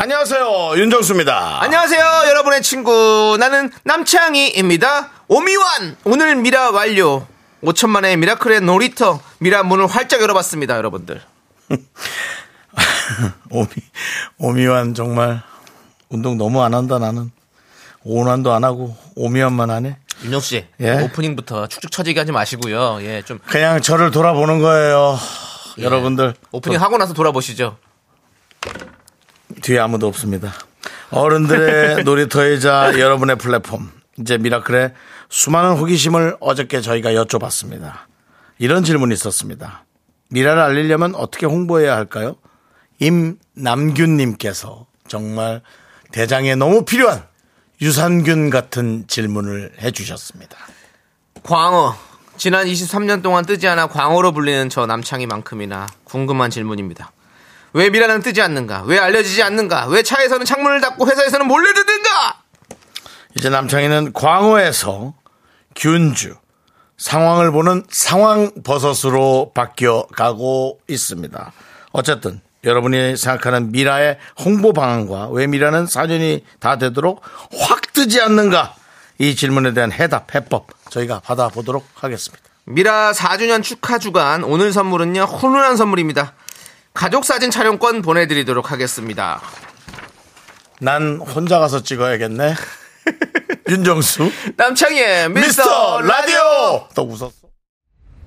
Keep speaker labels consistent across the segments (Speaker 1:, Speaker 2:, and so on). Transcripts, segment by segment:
Speaker 1: 안녕하세요 윤정수입니다.
Speaker 2: 안녕하세요, 여러분의 친구. 나는 남창희입니다. 오미완! 오늘 미라 완료. 5천만의 미라클의 놀이터. 미라 문을 활짝 열어봤습니다, 여러분들.
Speaker 1: 오미 오미완 정말 운동 너무 안 한다 나는 오난도 안 하고 오미완만 하네.
Speaker 2: 윤혁씨,
Speaker 1: 예?
Speaker 2: 오프닝부터 축축 처지게 하지 마시고요. 예, 좀.
Speaker 1: 그냥 저를 돌아보는 거예요. 여러분들
Speaker 2: 오프닝 하고 나서 돌아보시죠.
Speaker 1: 뒤에 아무도 없습니다. 어른들의 놀이터이자 여러분의 플랫폼 이제 미라클의 수많은 호기심을 어저께 저희가 여쭤봤습니다. 이런 질문이 있었습니다. 미라를 알리려면 어떻게 홍보해야 할까요? 임남균님께서 정말 대장에 너무 필요한 유산균 같은 질문을 해주셨습니다.
Speaker 2: 광어. 지난 23년 동안 뜨지 않아 광어로 불리는 저 남창희만큼이나 궁금한 질문입니다. 왜 미라는 뜨지 않는가? 왜 알려지지 않는가? 왜 차에서는 창문을 닫고 회사에서는 몰래 듣는가?
Speaker 1: 이제 남창희는 광어에서 균주 상황을 보는 상황 버섯으로 바뀌어 가고 있습니다. 어쨌든 여러분이 생각하는 미라의 홍보 방안과 왜 미라는 사전이 다 되도록 확 뜨지 않는가 이 질문에 대한 해답 해법 저희가 받아보도록 하겠습니다.
Speaker 2: 미라 4주년 축하 주간 오늘 선물은요 훈훈한 선물입니다. 가족 사진 촬영권 보내드리도록 하겠습니다.
Speaker 1: 난 혼자 가서 찍어야겠네. 윤정수
Speaker 2: 남창희의 미스터 라디오.
Speaker 1: 또 웃었어.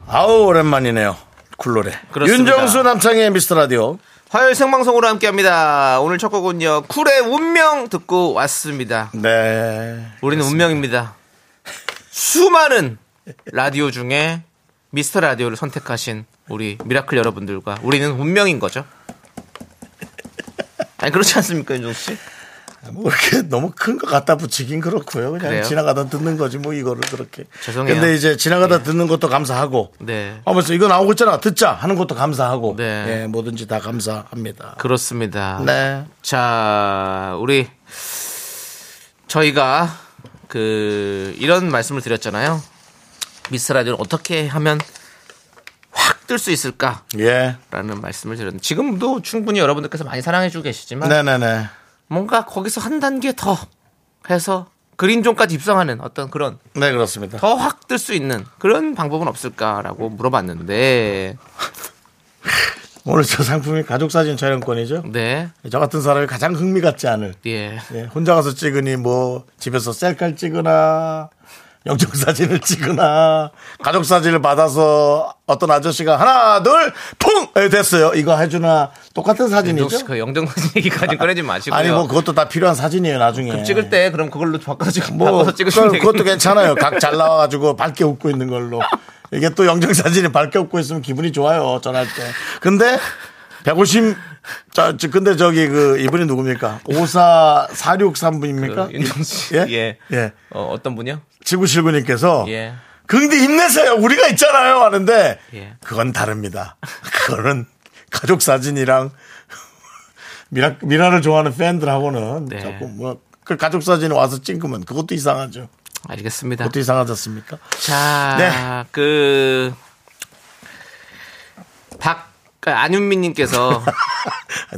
Speaker 1: 아우 오랜만이네요. 쿨노래.
Speaker 2: 그렇습니다.
Speaker 1: 윤정수 남창의 미스터 라디오.
Speaker 2: 화요일 생방송으로 함께합니다. 오늘 첫 곡은요 쿨의 운명 듣고 왔습니다.
Speaker 1: 네.
Speaker 2: 우리는 운명입니다. 수많은 라디오 중에 미스터 라디오를 선택하신 우리 미라클 여러분들과 우리는 운명인 거죠. 아니 그렇지 않습니까 윤종 씨?
Speaker 1: 뭐 이렇게 너무 큰 거 갖다 붙이긴 그렇고요. 그냥
Speaker 2: 그래요?
Speaker 1: 지나가다 듣는 거지 뭐 이거를 그렇게.
Speaker 2: 죄송해요.
Speaker 1: 근데 이제 지나가다 듣는 것도 감사하고.
Speaker 2: 네.
Speaker 1: 아, 벌써 이거 나오고 있잖아. 듣자 하는 것도 감사하고.
Speaker 2: 네.
Speaker 1: 예, 뭐든지 다 감사합니다.
Speaker 2: 그렇습니다.
Speaker 1: 네.
Speaker 2: 자, 우리 저희가 그 이런 말씀을 드렸잖아요. 미스 라디오를 어떻게 하면 확 뜰 수 있을까라는
Speaker 1: 예.
Speaker 2: 말씀을 드렸는데 지금도 충분히 여러분들께서 많이 사랑해 주고 계시지만
Speaker 1: 네네네.
Speaker 2: 뭔가 거기서 한 단계 더 해서 그린존까지 입성하는 어떤 그런
Speaker 1: 네, 그렇습니다.
Speaker 2: 더 확 뜰 수 있는 그런 방법은 없을까라고 물어봤는데
Speaker 1: 오늘 저 상품이 가족사진 촬영권이죠.
Speaker 2: 네.
Speaker 1: 저 같은 사람이 가장 흥미 같지 않을.
Speaker 2: 예.
Speaker 1: 예, 혼자 가서 찍으니 뭐 집에서 셀카를 찍으나 영정 사진을 찍으나 가족 사진을 받아서 어떤 아저씨가 하나 둘퐁 예, 됐어요. 이거 해주나 똑같은
Speaker 2: 윤종씨
Speaker 1: 사진이죠?
Speaker 2: 그 영정사진 얘기까지 꺼내지 마시고요.
Speaker 1: 아니 뭐 그것도 다 필요한 사진이에요 나중에.
Speaker 2: 찍을 때 그럼 그걸로 바꿔서
Speaker 1: 예. 뭐
Speaker 2: 바꿔서 찍으시면
Speaker 1: 그걸- 그것도
Speaker 2: 되겠네요.
Speaker 1: 괜찮아요. 각 잘 나와가지고 밝게 웃고 있는 걸로. 이게 또 영정 사진이 밝게 웃고 있으면 기분이 좋아요 전할 때. 근데 150 자, 저- 근데 저기 그 이분이 누굽니까? 54463분입니까?
Speaker 2: 그 윤정씨
Speaker 1: 예?
Speaker 2: 예?
Speaker 1: 예. 어.
Speaker 2: 어, 어떤 분이요?
Speaker 1: 지구실구님께서
Speaker 2: 예.
Speaker 1: 근데 힘내세요. 우리가 있잖아요. 하는데
Speaker 2: 예.
Speaker 1: 그건 다릅니다. 그거는 가족 사진이랑 미라 미라를 좋아하는 팬들하고는
Speaker 2: 네.
Speaker 1: 자꾸 뭐그 가족 사진 와서 찍으면 그것도 이상하죠.
Speaker 2: 알겠습니다.
Speaker 1: 그것도 이상하지 않습니까?
Speaker 2: 자,
Speaker 1: 네.
Speaker 2: 그, 박, 그 안윤미님께서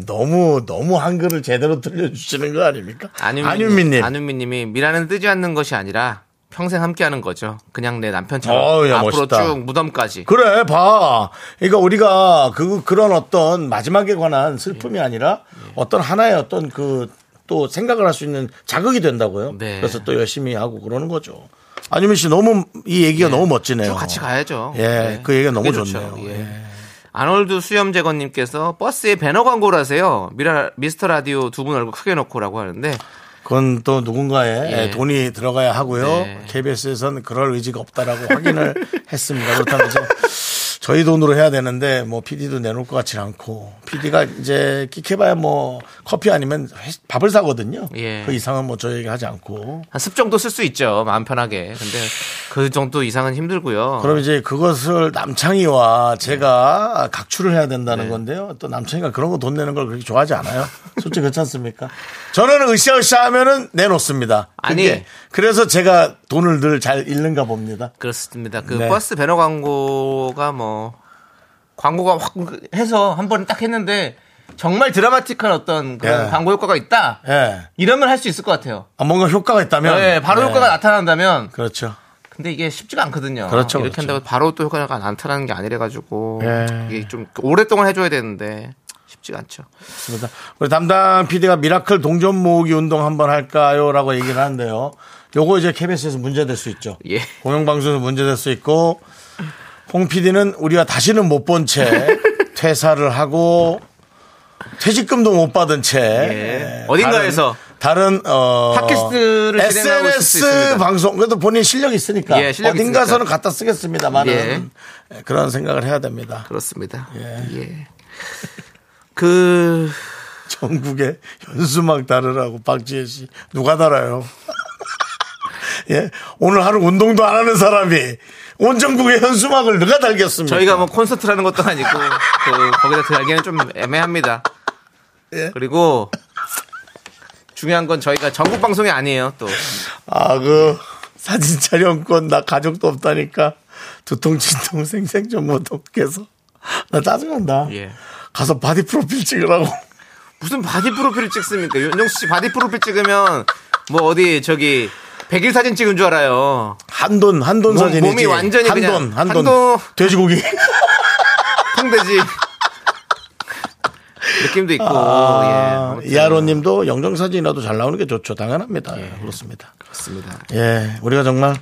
Speaker 1: 너무 너무 한글을 제대로 들려주시는 거 아닙니까?
Speaker 2: 안윤미님,
Speaker 1: 안윤미님.
Speaker 2: 안윤미님이 미라는 뜨지 않는 것이 아니라 평생 함께하는 거죠. 그냥 내 남편처럼
Speaker 1: 어우, 야,
Speaker 2: 앞으로
Speaker 1: 멋있다.
Speaker 2: 쭉 무덤까지.
Speaker 1: 그래 봐. 그러니까 우리가 그 그런 어떤 마지막에 관한 슬픔이
Speaker 2: 예.
Speaker 1: 아니라 어떤 하나의 어떤 그 또 생각을 할 수 있는 자극이 된다고요.
Speaker 2: 네.
Speaker 1: 그래서 또 열심히 하고 그러는 거죠. 안유민 씨 너무 이 얘기가 너무 멋지네요.
Speaker 2: 예. 쭉 같이 가야죠. 네.
Speaker 1: 예, 그 얘기가 너무
Speaker 2: 그게
Speaker 1: 좋네요. 예.
Speaker 2: 아놀드 수염재건님께서 버스에 배너 광고를 하세요. 미라, 미스터 라디오 두 분 얼굴 크게 넣고라고 하는데
Speaker 1: 그건 또 누군가의
Speaker 2: 예.
Speaker 1: 예, 돈이 들어가야 하고요.
Speaker 2: 네.
Speaker 1: KBS에선 그럴 의지가 없다라고 확인을 했습니다. 그렇다면 이제 저희 돈으로 해야 되는데 뭐 PD도 내놓을 것 같진 않고 PD가 이제 끽해봐야 뭐 커피 아니면 회- 밥을 사거든요.
Speaker 2: 예.
Speaker 1: 그 이상은 뭐 저희에게 하지 않고
Speaker 2: 한 습 정도 쓸 수 있죠. 마음 편하게. 근데 그 정도 이상은 힘들고요.
Speaker 1: 그럼 이제 그것을 남창희와 제가 각출을 해야
Speaker 2: 네.
Speaker 1: 된다는 건데요. 또 남창희가 그런 거 돈 내는 걸 그렇게 좋아하지 않아요. 솔직히 그렇지 않습니까? 저는 으쌰으쌰 하면은 내놓습니다. 그게
Speaker 2: 아니.
Speaker 1: 그래서 제가 돈을 늘 잘 잃는가 봅니다.
Speaker 2: 그렇습니다. 그
Speaker 1: 네.
Speaker 2: 버스 배너 광고가 뭐 광고가 확 해서 한 번 딱 했는데 정말 드라마틱한 어떤 그런
Speaker 1: 예.
Speaker 2: 광고 효과가 있다.
Speaker 1: 예.
Speaker 2: 이러면 할 수 있을 것 같아요.
Speaker 1: 아, 뭔가 효과가 있다면.
Speaker 2: 예, 바로
Speaker 1: 네.
Speaker 2: 효과가 나타난다면
Speaker 1: 그렇죠.
Speaker 2: 근데 이게 쉽지가 않거든요.
Speaker 1: 그렇죠,
Speaker 2: 이렇게
Speaker 1: 그렇죠.
Speaker 2: 한다고 바로 또 효과가 나타나는 게 아니라 가지고
Speaker 1: 예.
Speaker 2: 이게 좀 오랫동안 해줘야 되는데 쉽지가 않죠.
Speaker 1: 그렇습니다. 우리 담당 PD가 미라클 동전 모으기 운동 한번 할까요? 라고 얘기를 하는데요. 요거 이제 KBS에서 문제될 수 있죠.
Speaker 2: 예.
Speaker 1: 공영방송에서 문제될 수 있고, 홍 PD는 우리가 다시는 못 본 채 퇴사를 하고, 퇴직금도 못 받은 채 예,
Speaker 2: 어딘가에서
Speaker 1: 다른, 다른, 어,
Speaker 2: 팟캐스트를 진행하고 있을
Speaker 1: SNS
Speaker 2: 수 있습니다.
Speaker 1: 방송 그래도 본인 실력이 있으니까
Speaker 2: 예, 실력이 예.
Speaker 1: 어딘가서는 갖다 쓰겠습니다만은 예, 그런 생각을 해야 됩니다.
Speaker 2: 그렇습니다. 예. 그
Speaker 1: 전국에 현수막 달으라고 박지혜 씨 누가 달아요? 예, 오늘 하루 운동도 안 하는 사람이 온 전국에 현수막을 누가 달겠습니까?
Speaker 2: 저희가 뭐 콘서트라는 것도 아니고 그 거기다 들기에는 좀 애매합니다.
Speaker 1: 예.
Speaker 2: 그리고 중요한 건 저희가 전국 방송이 아니에요. 또
Speaker 1: 아그 사진 촬영권 나 가족도 없다니까 두통 진통 생생전 모독해서 나 짜증난다.
Speaker 2: 예.
Speaker 1: 가서 바디 프로필 찍으라고.
Speaker 2: 무슨 바디 프로필을 찍습니까? 윤정수 씨 바디 프로필 찍으면 뭐 어디 저기 백일 사진 찍은 줄 알아요.
Speaker 1: 한돈 한돈
Speaker 2: 몸-
Speaker 1: 사진이지.
Speaker 2: 몸이 완전히
Speaker 1: 한돈
Speaker 2: 그냥
Speaker 1: 한돈 예,
Speaker 2: 한돈.
Speaker 1: 돼지고기.
Speaker 2: 통돼지 느낌도 있고 예.
Speaker 1: 아,
Speaker 2: 아무튼
Speaker 1: 이하로님도 영정 사진이라도 잘 나오는 게 좋죠. 당연합니다. 그렇습니다.
Speaker 2: 그렇습니다.
Speaker 1: 예, 우리가 정말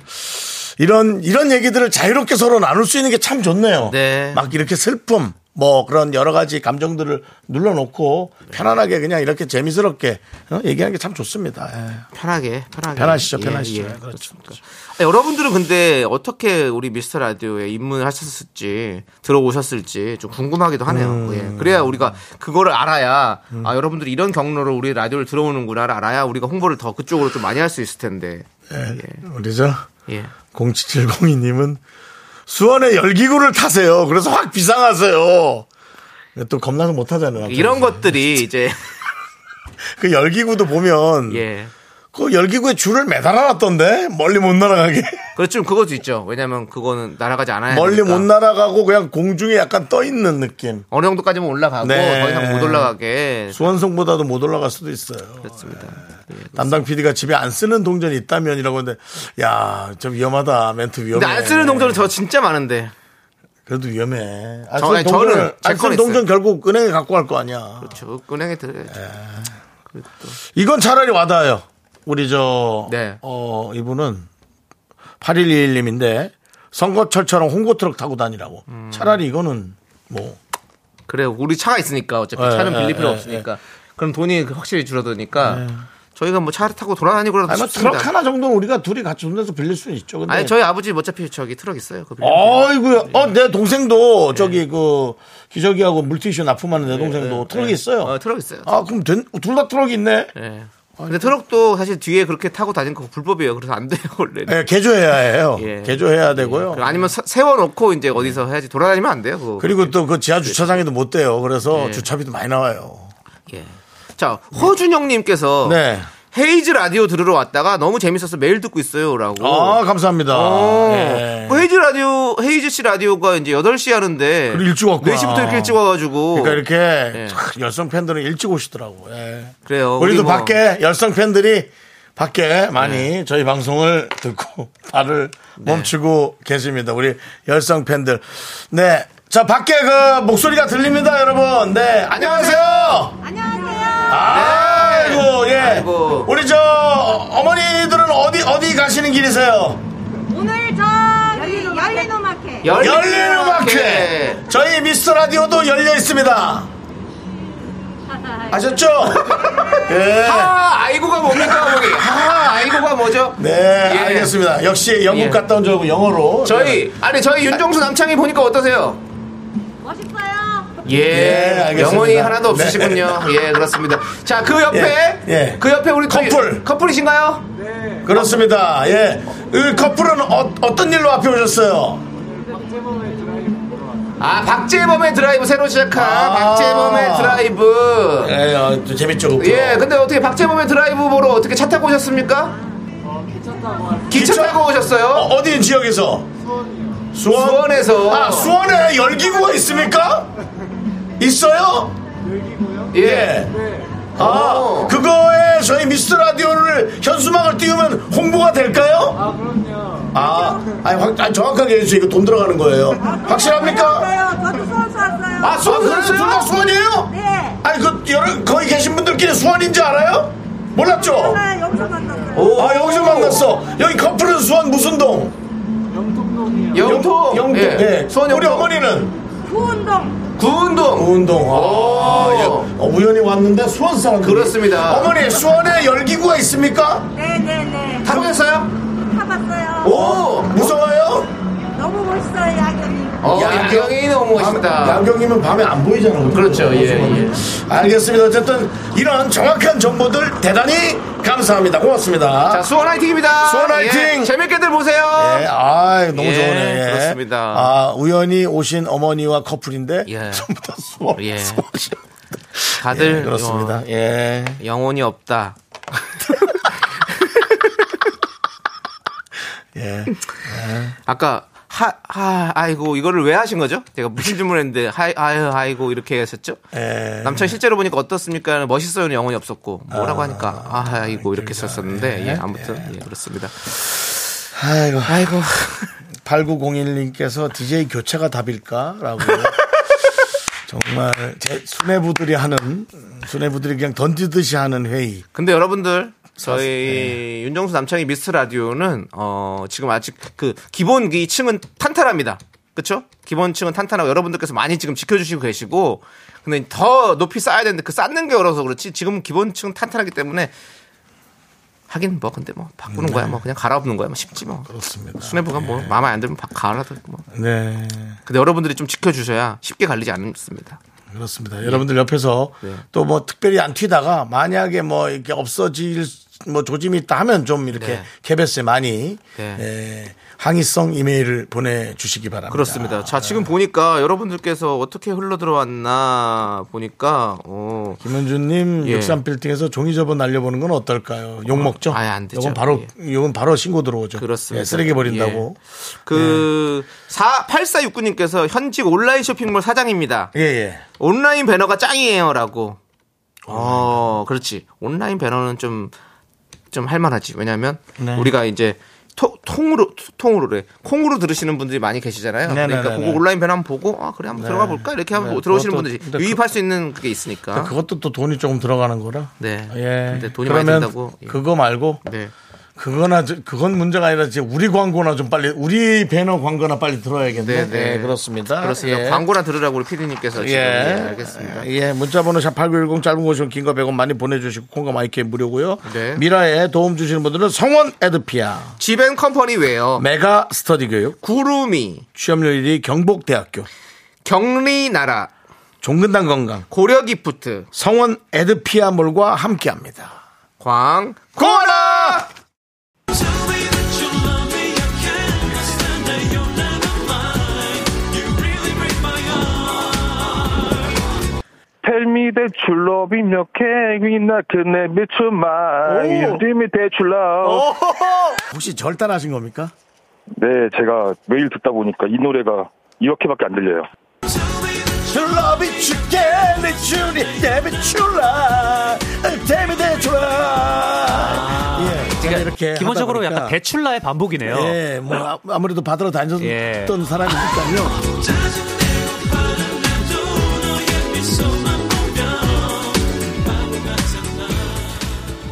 Speaker 1: 이런 이런 얘기들을 자유롭게 서로 나눌 수 있는 게 참 좋네요.
Speaker 2: 네.
Speaker 1: 막 이렇게 슬픔 뭐 그런 여러 가지 감정들을 눌러놓고 편안하게 그냥 이렇게 재미스럽게 어? 얘기하는 게 참 좋습니다. 예.
Speaker 2: 편하게 편하게
Speaker 1: 편하시죠,
Speaker 2: 예,
Speaker 1: 편하시죠.
Speaker 2: 예,
Speaker 1: 그렇죠,
Speaker 2: 그렇습니다. 아, 여러분들은 근데 어떻게 우리 미스터 라디오에 입문을 하셨을지 들어오셨을지 좀 궁금하기도 하네요.
Speaker 1: 음.
Speaker 2: 예. 그래야 우리가 그거를 알아야 아 여러분들이 이런 경로로 우리 라디오를 들어오는구나를 알아야 우리가 홍보를 더 그쪽으로 좀 많이 할 수 있을 텐데.
Speaker 1: 예. 우리 저
Speaker 2: 예.
Speaker 1: 0702님은 수원에 열기구를 타세요. 그래서 확 비상하세요. 근데 또 겁나서 못 하잖아요.
Speaker 2: 이런 것들이 이제
Speaker 1: 그 열기구도 보면
Speaker 2: 예.
Speaker 1: 그 열기구에 줄을 매달아놨던데 멀리 못 날아가게.
Speaker 2: 그렇죠. 그것도 있죠. 왜냐면 그거는 날아가지 않아야
Speaker 1: 멀리
Speaker 2: 되니까.
Speaker 1: 못 날아가고 그냥 공중에 약간 떠 있는 느낌.
Speaker 2: 어느 정도까지만 올라가고
Speaker 1: 네.
Speaker 2: 더 이상 못 올라가게
Speaker 1: 수원성보다도 못 올라갈 수도 있어요.
Speaker 2: 그렇습니다. 예.
Speaker 1: 담당 PD가 집에 안 쓰는 동전이 있다면이라고 하는데, 야, 좀 위험하다. 멘트 위험해.
Speaker 2: 근데 안 쓰는 동전은 저 진짜 많은데
Speaker 1: 그래도 위험해.
Speaker 2: 저-
Speaker 1: 안 쓰는
Speaker 2: 아니, 저는
Speaker 1: 동전을,
Speaker 2: 제
Speaker 1: 안 쓰는
Speaker 2: 건
Speaker 1: 동전 결국 은행에 갖고 갈 거 아니야. 네.
Speaker 2: 저 은행에 그렇죠. 들어야죠.
Speaker 1: 이건 차라리 와닿아요. 우리 저,
Speaker 2: 네.
Speaker 1: 어, 이분은 8121님인데, 선거철처럼 홍고 트럭 타고 다니라고.
Speaker 2: 음.
Speaker 1: 차라리 이거는 뭐,
Speaker 2: 그래 우리 차가 있으니까 어차피
Speaker 1: 예,
Speaker 2: 차는 빌릴
Speaker 1: 예,
Speaker 2: 필요
Speaker 1: 예,
Speaker 2: 없으니까 그럼 돈이 확실히 줄어드니까 저희가 뭐 차를 타고 돌아다니고 그래도
Speaker 1: 네. 아니, 뭐
Speaker 2: 좋습니다.
Speaker 1: 트럭 하나 정도는 우리가 둘이 같이 혼자서 빌릴 수는 있죠. 근데
Speaker 2: 아니 저희 아버지 어차피 저기 트럭 있어요. 그거 빌리면 돼요.
Speaker 1: 아이고야. 어, 내 동생도
Speaker 2: 예.
Speaker 1: 저기 그 기저귀하고 물티슈 납품하는 내 동생도 트럭이 있어요.
Speaker 2: 어, 트럭 있어요.
Speaker 1: 아, 그럼 둘 다 트럭이 있네.
Speaker 2: 예. 근데 트럭도 사실 뒤에 그렇게 타고 다니는 거 불법이에요. 그래서 안 돼요 원래. 는
Speaker 1: 예, 개조해야 해요.
Speaker 2: 예.
Speaker 1: 개조해야 되고요.
Speaker 2: 아니면 서- 세워놓고 이제 어디서 해야지 돌아다니면 안 돼요. 그거.
Speaker 1: 그리고 또 그 지하 주차장에도 못 돼요. 그래서
Speaker 2: 예.
Speaker 1: 주차비도 많이 나와요.
Speaker 2: 예. 자 허준영님께서
Speaker 1: 네.
Speaker 2: 헤이즈 라디오 들으러 왔다가 너무 재밌어서 매일 듣고 있어요라고.
Speaker 1: 아, 감사합니다.
Speaker 2: 어.
Speaker 1: 예.
Speaker 2: 그 헤이즈 라디오, 헤이즈 씨 라디오가 이제 8시 하는데.
Speaker 1: 그래, 일찍 왔구나.
Speaker 2: 4시부터 이렇게 일찍 와가지고.
Speaker 1: 그러니까 이렇게
Speaker 2: 예.
Speaker 1: 참 열성 팬들은 일찍 오시더라고. 예.
Speaker 2: 그래요.
Speaker 1: 우리도
Speaker 2: 우리 뭐- 예.
Speaker 1: 밖에 열성 팬들이 밖에 많이 저희 방송을 듣고 발을
Speaker 2: 네.
Speaker 1: 멈추고 계십니다. 우리 열성 팬들. 네. 자, 밖에 그 목소리가 들립니다, 여러분. 네. 안녕하세요.
Speaker 3: 안녕하세요.
Speaker 1: 아이고, 예.
Speaker 2: 네. 아이고.
Speaker 1: 우리 저 어머니들은 어디 어디 가시는 길이세요?
Speaker 3: 오늘 저기 열린음악회
Speaker 2: 열린
Speaker 1: 열린 음악회. 저희 미스터 라디오도 열려 있습니다. 아셨죠? 예.
Speaker 2: 아, 아이고가 뭡니까, 거기. 아, 아이고가 뭐죠?
Speaker 1: 네,
Speaker 2: 예.
Speaker 1: 알겠습니다. 네. 역시 영국
Speaker 2: 예.
Speaker 1: 갔다 온 줄 알고 영어로.
Speaker 2: 저희, 아니, 저희 윤정수 남창이 보니까 어떠세요?
Speaker 1: 예,
Speaker 2: 예,
Speaker 1: 알겠습니다.
Speaker 2: 영혼이 하나도
Speaker 1: 네.
Speaker 2: 없으시군요. 예, 그렇습니다. 자, 그 옆에
Speaker 1: 예, 예.
Speaker 2: 그 옆에 우리 또
Speaker 1: 커플.
Speaker 2: 커플이신가요?
Speaker 1: 그렇습니다. 예. 이 커플은 어, 떤 일로 앞에 오셨어요?
Speaker 2: 아, 박재범의 드라이브 새로 시작한
Speaker 1: 아.
Speaker 2: 박재범의 드라이브.
Speaker 1: 예, 어, 좀 재밌죠, 그거?
Speaker 2: 예, 근데 어떻게 박재범의 드라이브 보러 어떻게 차 타고 오셨습니까? 그 기차
Speaker 1: 기차?
Speaker 2: 타고 오셨어요?
Speaker 1: 어, 디 지역에서? 수원.
Speaker 2: 수원에서.
Speaker 1: 아, 수원에 열기구가 있습니까? 있어요?
Speaker 2: 예. 어.
Speaker 1: 아,
Speaker 2: 오.
Speaker 1: 그거에 저희 미스터 라디오를 현수막을 띄우면 홍보가 될까요? 아, 그럼요. 아, 아니, 확, 아니, 정확하게 해주세요. 이거 돈 들어가는 거예요. 확실합니까?
Speaker 3: 왔어요. 저도 수원수 왔어요.
Speaker 1: 아, 수원,
Speaker 2: 아, 그랬어요?
Speaker 1: 둘다 수원이에요?
Speaker 3: 네.
Speaker 1: 아니, 그, 여러, 거기 계신 분들끼리 수원인 줄 알아요? 몰랐죠?
Speaker 3: 하나 여기서 만났어요.
Speaker 2: 오.
Speaker 1: 아, 여기서 만났어. 여기 커플은 수원 무슨 동?
Speaker 2: 영통.
Speaker 1: 영동.
Speaker 2: 예.
Speaker 1: 예.
Speaker 2: 수원
Speaker 1: 우리
Speaker 2: 영통.
Speaker 1: 어머니는?
Speaker 3: 구운동.
Speaker 2: 구운동.
Speaker 1: 운동. 아,
Speaker 2: 오.
Speaker 1: 예. 어, 우연히 왔는데 수원 사람.
Speaker 2: 그렇습니다.
Speaker 1: 어머니, 수원에 열기구가 있습니까?
Speaker 3: 네네네.
Speaker 2: 타보셨어요?
Speaker 3: 타봤어요.
Speaker 1: 오, 무서워요?
Speaker 3: 너무 멋있어요, 야경이.
Speaker 2: 어, 양경이 너무 멋있다.
Speaker 1: 양경이면 밤에 안 보이잖아요.
Speaker 2: 그렇죠, 예, 예.
Speaker 1: 알겠습니다. 어쨌든 이런 정확한 정보들 대단히 감사합니다. 고맙습니다.
Speaker 2: 자, 수원 화이팅입니다.
Speaker 1: 수원 화이팅!
Speaker 2: 예, 재밌게들 보세요.
Speaker 1: 예, 아, 너무
Speaker 2: 예,
Speaker 1: 좋네.
Speaker 2: 그렇습니다.
Speaker 1: 아, 우연히 오신 어머니와 커플인데
Speaker 2: 예.
Speaker 1: 전부 다 수원.
Speaker 2: 예.
Speaker 1: 수원 씨.
Speaker 2: 다들
Speaker 1: 예, 그렇습니다.
Speaker 2: 어,
Speaker 1: 예.
Speaker 2: 영혼이 없다.
Speaker 1: 예.
Speaker 2: 아까 하, 하, 아이고 이거를 왜 하신 거죠? 제가 무슨 질문했는데 하, 아유, 아이고 이렇게 하셨죠?
Speaker 1: 예.
Speaker 2: 남창 실제로 보니까 어떻습니까? 멋있어요는 영혼이 없었고 뭐라고 하니까 아, 아이고 이렇게 썼었는데 예, 아무튼 예, 그렇습니다.
Speaker 1: 아이고.
Speaker 2: 아이고
Speaker 1: 8901님께서 DJ 교체가 답일까라고. 정말 제 수뇌부들이 하는 수뇌부들이 그냥 던지듯이 하는 회의.
Speaker 2: 근데 여러분들 저희
Speaker 1: 네.
Speaker 2: 윤정수 남창희 미스터 라디오는 어 지금 아직 그 기본 이 층은 탄탄합니다. 그렇죠? 기본층은 탄탄하고 여러분들께서 많이 지금 지켜주시고 계시고 근데 더 높이 쌓아야 되는데 그 쌓는 게 어려서 그렇지 지금 기본층은 탄탄하기 때문에 하긴 뭐 근데 뭐 바꾸는 거야 뭐 그냥 갈아엎는 거야 뭐 쉽지 뭐
Speaker 1: 네. 그렇습니다.
Speaker 2: 수뇌부가 뭐 마음에 안 들면 바- 갈아도 뭐
Speaker 1: 네.
Speaker 2: 근데 여러분들이 좀 지켜주셔야 쉽게 갈리지 않습니다.
Speaker 1: 그렇습니다. 여러분들 옆에서
Speaker 2: 네.
Speaker 1: 또 뭐 특별히 안 튀다가 만약에 뭐 이렇게 없어질 뭐 조짐이 있다 하면 좀 이렇게
Speaker 2: 네.
Speaker 1: KBS에 많이
Speaker 2: 네.
Speaker 1: 예, 항의성 이메일을 보내주시기 바랍니다.
Speaker 2: 그렇습니다. 자, 지금 보니까 여러분들께서 어떻게 흘러 들어왔나 보니까 어.
Speaker 1: 김은주님
Speaker 2: 예.
Speaker 1: 63빌딩에서 종이 접어 날려보는 건 어떨까요? 욕 먹죠?
Speaker 2: 아예 안 되죠.
Speaker 1: 이건 바로 이건 바로 신고 들어오죠.
Speaker 2: 그렇습니다.
Speaker 1: 예, 쓰레기 버린다고. 네.
Speaker 2: 그 4, 8469님께서 현직 온라인 쇼핑몰 사장입니다.
Speaker 1: 예 예.
Speaker 2: 온라인 배너가 짱이에요라고. 어, 그렇지. 온라인 배너는 좀 좀 할만하지. 왜냐하면
Speaker 1: 네.
Speaker 2: 우리가 이제 토- 통으로 통으로래 콩으로 들으시는 분들이 많이 계시잖아요.
Speaker 1: 네, 네,
Speaker 2: 그러니까
Speaker 1: 네,
Speaker 2: 그거
Speaker 1: 네.
Speaker 2: 온라인 배너 한번 보고 아 그래 한번 들어가 볼까 이렇게 한번 들어오시는
Speaker 1: 그것도-
Speaker 2: 분들이
Speaker 1: 근데 그-
Speaker 2: 유입할 수 있는 그게 있으니까.
Speaker 1: 그것도 또 돈이 조금 들어가는 거라.
Speaker 2: 어? 네.
Speaker 1: 예.
Speaker 2: 근데 돈이 많이
Speaker 1: 그러면
Speaker 2: 든다고. 예.
Speaker 1: 그거 말고
Speaker 2: 네.
Speaker 1: 그거나 저- 그건 문제가 아니라 이제 우리 광고나 좀 빨리 우리 배너 광고나 빨리 들어야겠네.
Speaker 2: 네, 네.
Speaker 1: 네, 그렇습니다.
Speaker 2: 그렇습니다.
Speaker 1: 예.
Speaker 2: 광고나 들으라고 우리 피디님께서 지금
Speaker 1: 예.
Speaker 2: 예, 알겠습니다.
Speaker 1: 예, 문자번호 샵8910 짧은 곳이면 긴거 100원 많이 보내주시고 콩과 마이크 무료고요.
Speaker 2: 네.
Speaker 1: 미라에 도움 주시는 분들은 성원 에드피아,
Speaker 2: 지벤 컴퍼니 웨어,
Speaker 1: 메가 스터디 교육,
Speaker 2: 구루미,
Speaker 1: 취업률 1위 경복대학교,
Speaker 2: 경리나라,
Speaker 1: 종근당 건강,
Speaker 2: 고려기프트,
Speaker 1: 성원 에드피아몰과 함께합니다.
Speaker 2: 광.
Speaker 1: 고라!
Speaker 4: Tell me that you love me, no can we not connect me to mine? You give me that you love.
Speaker 1: 혹시 절단하신 겁니까?
Speaker 4: 네, 제가 매일 듣다 보니까 이 노래가 이렇게밖에 안 들려요.
Speaker 1: You love it, you get it, you need it, you love it, tell me that you love it. 예, 제가 이렇게
Speaker 5: 기본적으로
Speaker 1: 하다 보니까
Speaker 5: 약간 대출라의 반복이네요.
Speaker 1: 예, 뭐 아- 아무래도 받으러 다녔던
Speaker 5: 예.
Speaker 1: 사람이니까요.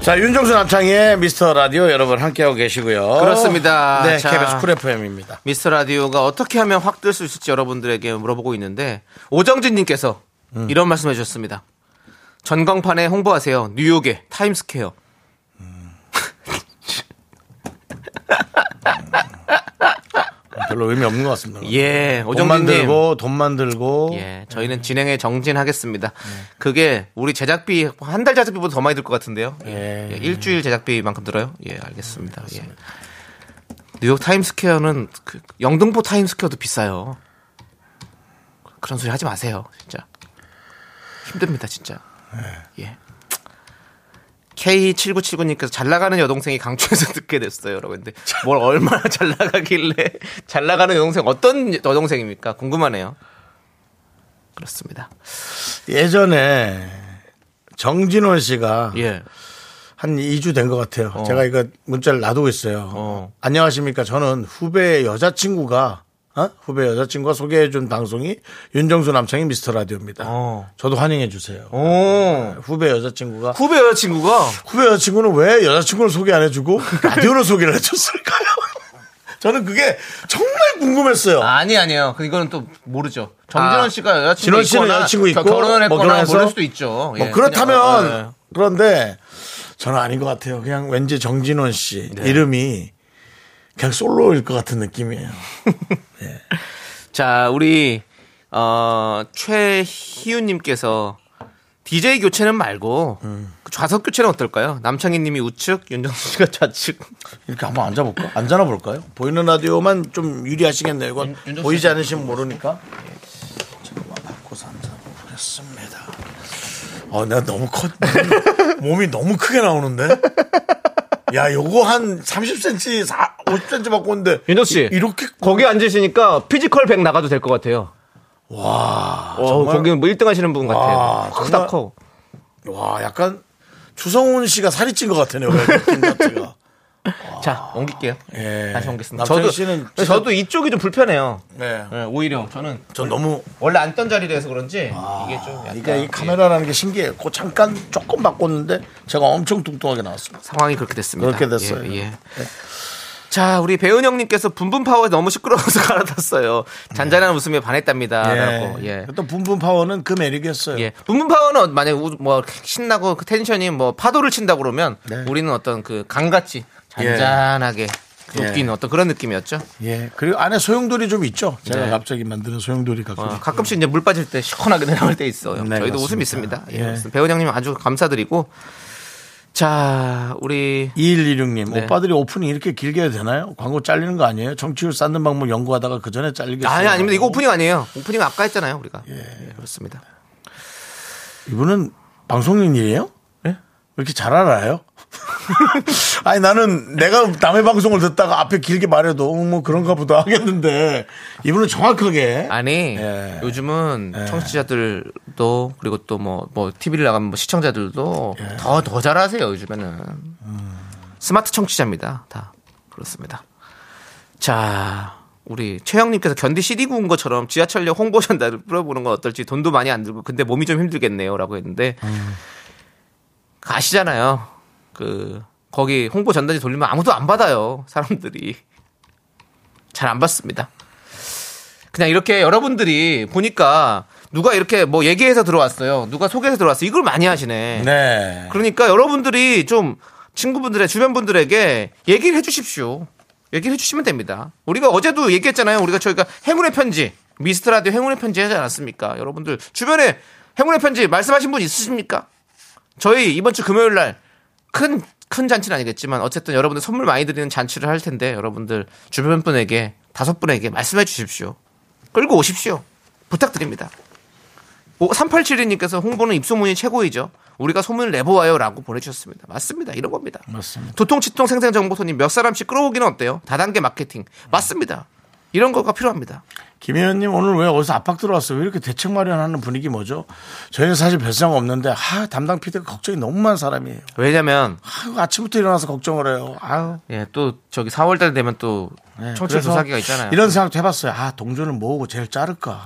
Speaker 1: 자, 윤정수 남창의 미스터 라디오 여러분 함께하고 계시고요.
Speaker 2: 그렇습니다.
Speaker 1: 네,
Speaker 2: 자.
Speaker 1: KBS 쿨 FM입니다.
Speaker 2: 미스터 라디오가 어떻게 하면 확 뜰 수 있을지 여러분들에게 물어보고 있는데 오정진님께서
Speaker 1: 음.
Speaker 2: 이런 말씀해 주셨습니다. 전광판에 홍보하세요. 뉴욕의 타임스퀘어.
Speaker 1: 별로 의미 없는 것 같습니다.
Speaker 2: 예,
Speaker 1: 돈
Speaker 2: 오정진님.
Speaker 1: 만들고 돈 만들고
Speaker 2: 예, 저희는 진행에 정진하겠습니다. 그게 우리 제작비 한 달 제작비보다 더 많이 들 것 같은데요.
Speaker 1: 예.
Speaker 2: 예, 일주일 제작비만큼 들어요? 예, 알겠습니다. 예. 뉴욕 타임스퀘어는 그 영등포 타임스퀘어도 비싸요. 그런 소리 하지 마세요, 진짜. 힘듭니다, 진짜. 예. K7979님께서 잘 나가는 여동생이 강추해서 듣게 됐어요. 라고 했는데, 뭘 얼마나 잘 나가길래, 잘 나가는 여동생, 어떤 여동생입니까? 궁금하네요. 그렇습니다.
Speaker 1: 예전에 정진원 씨가
Speaker 2: 예.
Speaker 1: 한 2주 된 것 같아요. 제가 이거 문자를 놔두고 있어요.
Speaker 2: 어.
Speaker 1: 안녕하십니까. 저는 후배 여자친구가, 어? 후배 여자친구가 소개해준 방송이 윤정수 남창희 미스터 라디오입니다.
Speaker 2: 어.
Speaker 1: 저도 환영해주세요. 네,
Speaker 2: 오.
Speaker 1: 후배 여자친구가.
Speaker 2: 후배 여자친구가
Speaker 1: 후배 여자친구는 왜 여자친구를 소개 안 해주고 라디오를 소개를 해줬을까요? 저는 그게 정말 궁금했어요.
Speaker 2: 아니 아니요. 그 이거는 또 모르죠. 정진원
Speaker 1: 아,
Speaker 2: 씨가 여자친구
Speaker 1: 진원 씨는
Speaker 2: 있거나
Speaker 1: 여자친구 있고
Speaker 2: 결혼을
Speaker 1: 뭐
Speaker 2: 했거나
Speaker 1: 결혼해서?
Speaker 2: 모를 수도 있죠.
Speaker 1: 뭐
Speaker 2: 예,
Speaker 1: 그렇다면
Speaker 2: 그냥, 어,
Speaker 1: 그런데 저는 아닌 것 같아요. 그냥 왠지 정진원 씨 이름이 그냥 솔로일 것 같은 느낌이에요.
Speaker 2: 예. 자 우리 어, 최희윤님께서 DJ 교체는 말고 그 좌석 교체는 어떨까요? 남창희님이 우측, 윤정수 씨가 좌측.
Speaker 1: 이렇게 한번 앉아볼까? 앉아나 볼까요? 보이는 라디오만 좀 유리하시겠네요. 이건
Speaker 2: 윤정수
Speaker 1: 보이지 않으시면 모르니까. 잠깐만 바꿔서 앉아보겠습니다. 어, 내가 너무 커. 몸이 너무 크게 나오는데? 야, 요거 한 30cm, 4, 50cm 바꿨는데.
Speaker 2: 윤정수 씨.
Speaker 1: 이렇게
Speaker 2: 거기 앉으시니까 피지컬 100 나가도 될 것 같아요.
Speaker 1: 와.
Speaker 2: 어,
Speaker 1: 정말?
Speaker 2: 거기 뭐 1등 하시는 분 같아요.
Speaker 1: 와, 정말-
Speaker 2: 크다 커.
Speaker 1: 와, 약간 주성훈 씨가 살이 찐 것 같으네요. 가
Speaker 2: 자, 옮길게요.
Speaker 1: 예.
Speaker 2: 다시 옮겠습니다.
Speaker 1: 남창희
Speaker 2: 저도,
Speaker 1: 씨는 진짜-
Speaker 2: 저도 이쪽이 좀 불편해요.
Speaker 1: 네.
Speaker 2: 예, 오히려 저는
Speaker 1: 전 너무
Speaker 2: 원래 앉던 자리라서 그런지 이게 좀 약간 예.
Speaker 1: 그러니까 이 카메라라는 게 신기해요. 그 잠깐 조금 바꿨는데 제가 엄청 뚱뚱하게 나왔습니다.
Speaker 2: 상황이 그렇게 됐습니다.
Speaker 1: 그렇게 됐어요. 네.
Speaker 2: 예, 예. 자, 우리 배은영님께서 분분 파워에 너무 시끄러워서 갈아탔어요.
Speaker 1: 네.
Speaker 2: 잔잔한 웃음에 반했답니다. 라고. 예.
Speaker 1: 또 분분 파워는 그 매력이었어요.
Speaker 2: 예. 분분 파워는 만약에 우- 뭐 신나고 그 텐션이 뭐 파도를 친다 그러면
Speaker 1: 네.
Speaker 2: 우리는 어떤 그 강같이 잔잔하게
Speaker 1: 예.
Speaker 2: 웃긴 어떤 그런 느낌이었죠.
Speaker 1: 예. 그리고 안에 소용돌이 좀 있죠. 제가
Speaker 2: 네.
Speaker 1: 갑자기 만드는 소용돌이 가끔.
Speaker 2: 어, 가끔씩 이제 물 빠질 때 시원하게 내려올 때 있어요.
Speaker 1: 그렇죠. 네,
Speaker 2: 저희도 웃음
Speaker 1: 맞습니다.
Speaker 2: 있습니다. 예.
Speaker 1: 예.
Speaker 2: 그렇습니다. 배은영님 아주 감사드리고 자, 우리
Speaker 1: 2116님,
Speaker 2: 네.
Speaker 1: 오빠들이 오프닝 이렇게 길게 해도 되나요? 광고 잘리는 거 아니에요? 정치율 쌓는 방법 연구하다가 그 전에 잘리겠어요.
Speaker 2: 아니 아닙니다. 이거 오프닝 아니에요. 오프닝 아까 했잖아요, 우리가. 예, 그렇습니다.
Speaker 1: 이분은 방송인이에요? 왜 이렇게 잘 알아요? 아니 나는 내가 남의 방송을 듣다가 앞에 길게 말해도 어, 뭐 그런가 보다 하겠는데 이분은 정확하게
Speaker 2: 아니
Speaker 1: 예.
Speaker 2: 요즘은 청취자들도 그리고 또 뭐 뭐 TV를 나가면 뭐 시청자들도 더 더 잘하세요 요즘에는 음. 스마트 청취자입니다 다 그렇습니다 자 우리 최영님께서 견디 CD 구운 것처럼 지하철역 홍보 전달을 풀어보는 건 어떨지 돈도 많이 안 들고 근데 몸이 좀 힘들겠네요라고 했는데 아시잖아요 그 거기 홍보 전단지 돌리면 아무도 안 받아요 사람들이 잘 안 받습니다 그냥 이렇게 여러분들이 보니까 누가 이렇게 뭐 얘기해서 들어왔어요. 누가 소개해서 들어왔어요. 이걸 많이 하시네.
Speaker 1: 네.
Speaker 2: 그러니까 여러분들이 좀 친구분들의 주변 분들에게 얘기를 해주십시오. 얘기를 해주시면 됩니다. 우리가 어제도 얘기했잖아요. 우리가 저희가 행운의 편지 미스트라디오 행운의 편지 하지 않았습니까? 여러분들 주변에 행운의 편지 말씀하신 분 있으십니까? 저희 이번 주 금요일 날 큰 큰 잔치는 아니겠지만 어쨌든 여러분들 선물 많이 드리는 잔치를 할 텐데 여러분들 주변 분에게 다섯 분에게 말씀해 주십시오. 끌고 오십시오. 부탁드립니다. 3872님께서 홍보는 입소문이 최고이죠. 우리가 소문을 내보아요. 라고 보내주셨습니다. 맞습니다. 이런 겁니다.
Speaker 1: 맞습니다.
Speaker 2: 도통치통 생생정보소님 몇 사람씩 끌어오기는 어때요? 다단계 마케팅. 맞습니다. 이런 거가 필요합니다.
Speaker 1: 김혜연님 오늘 왜 어디서 압박 들어왔어요? 왜 이렇게 대책 마련하는 분위기 뭐죠? 저희는 사실 별상 없는데 아, 담당 피디가 걱정이 너무 많은 사람이에요.
Speaker 2: 왜냐면,
Speaker 1: 아유, 아침부터 일어나서 걱정을 해요. 아유.
Speaker 2: 예, 또 저기 4월달 되면 또
Speaker 1: 네,
Speaker 2: 청취
Speaker 1: 그래서
Speaker 2: 조사기가 있잖아요. 네.
Speaker 1: 이런 생각도 해봤어요. 아, 동전을 모으고 제일 자를까.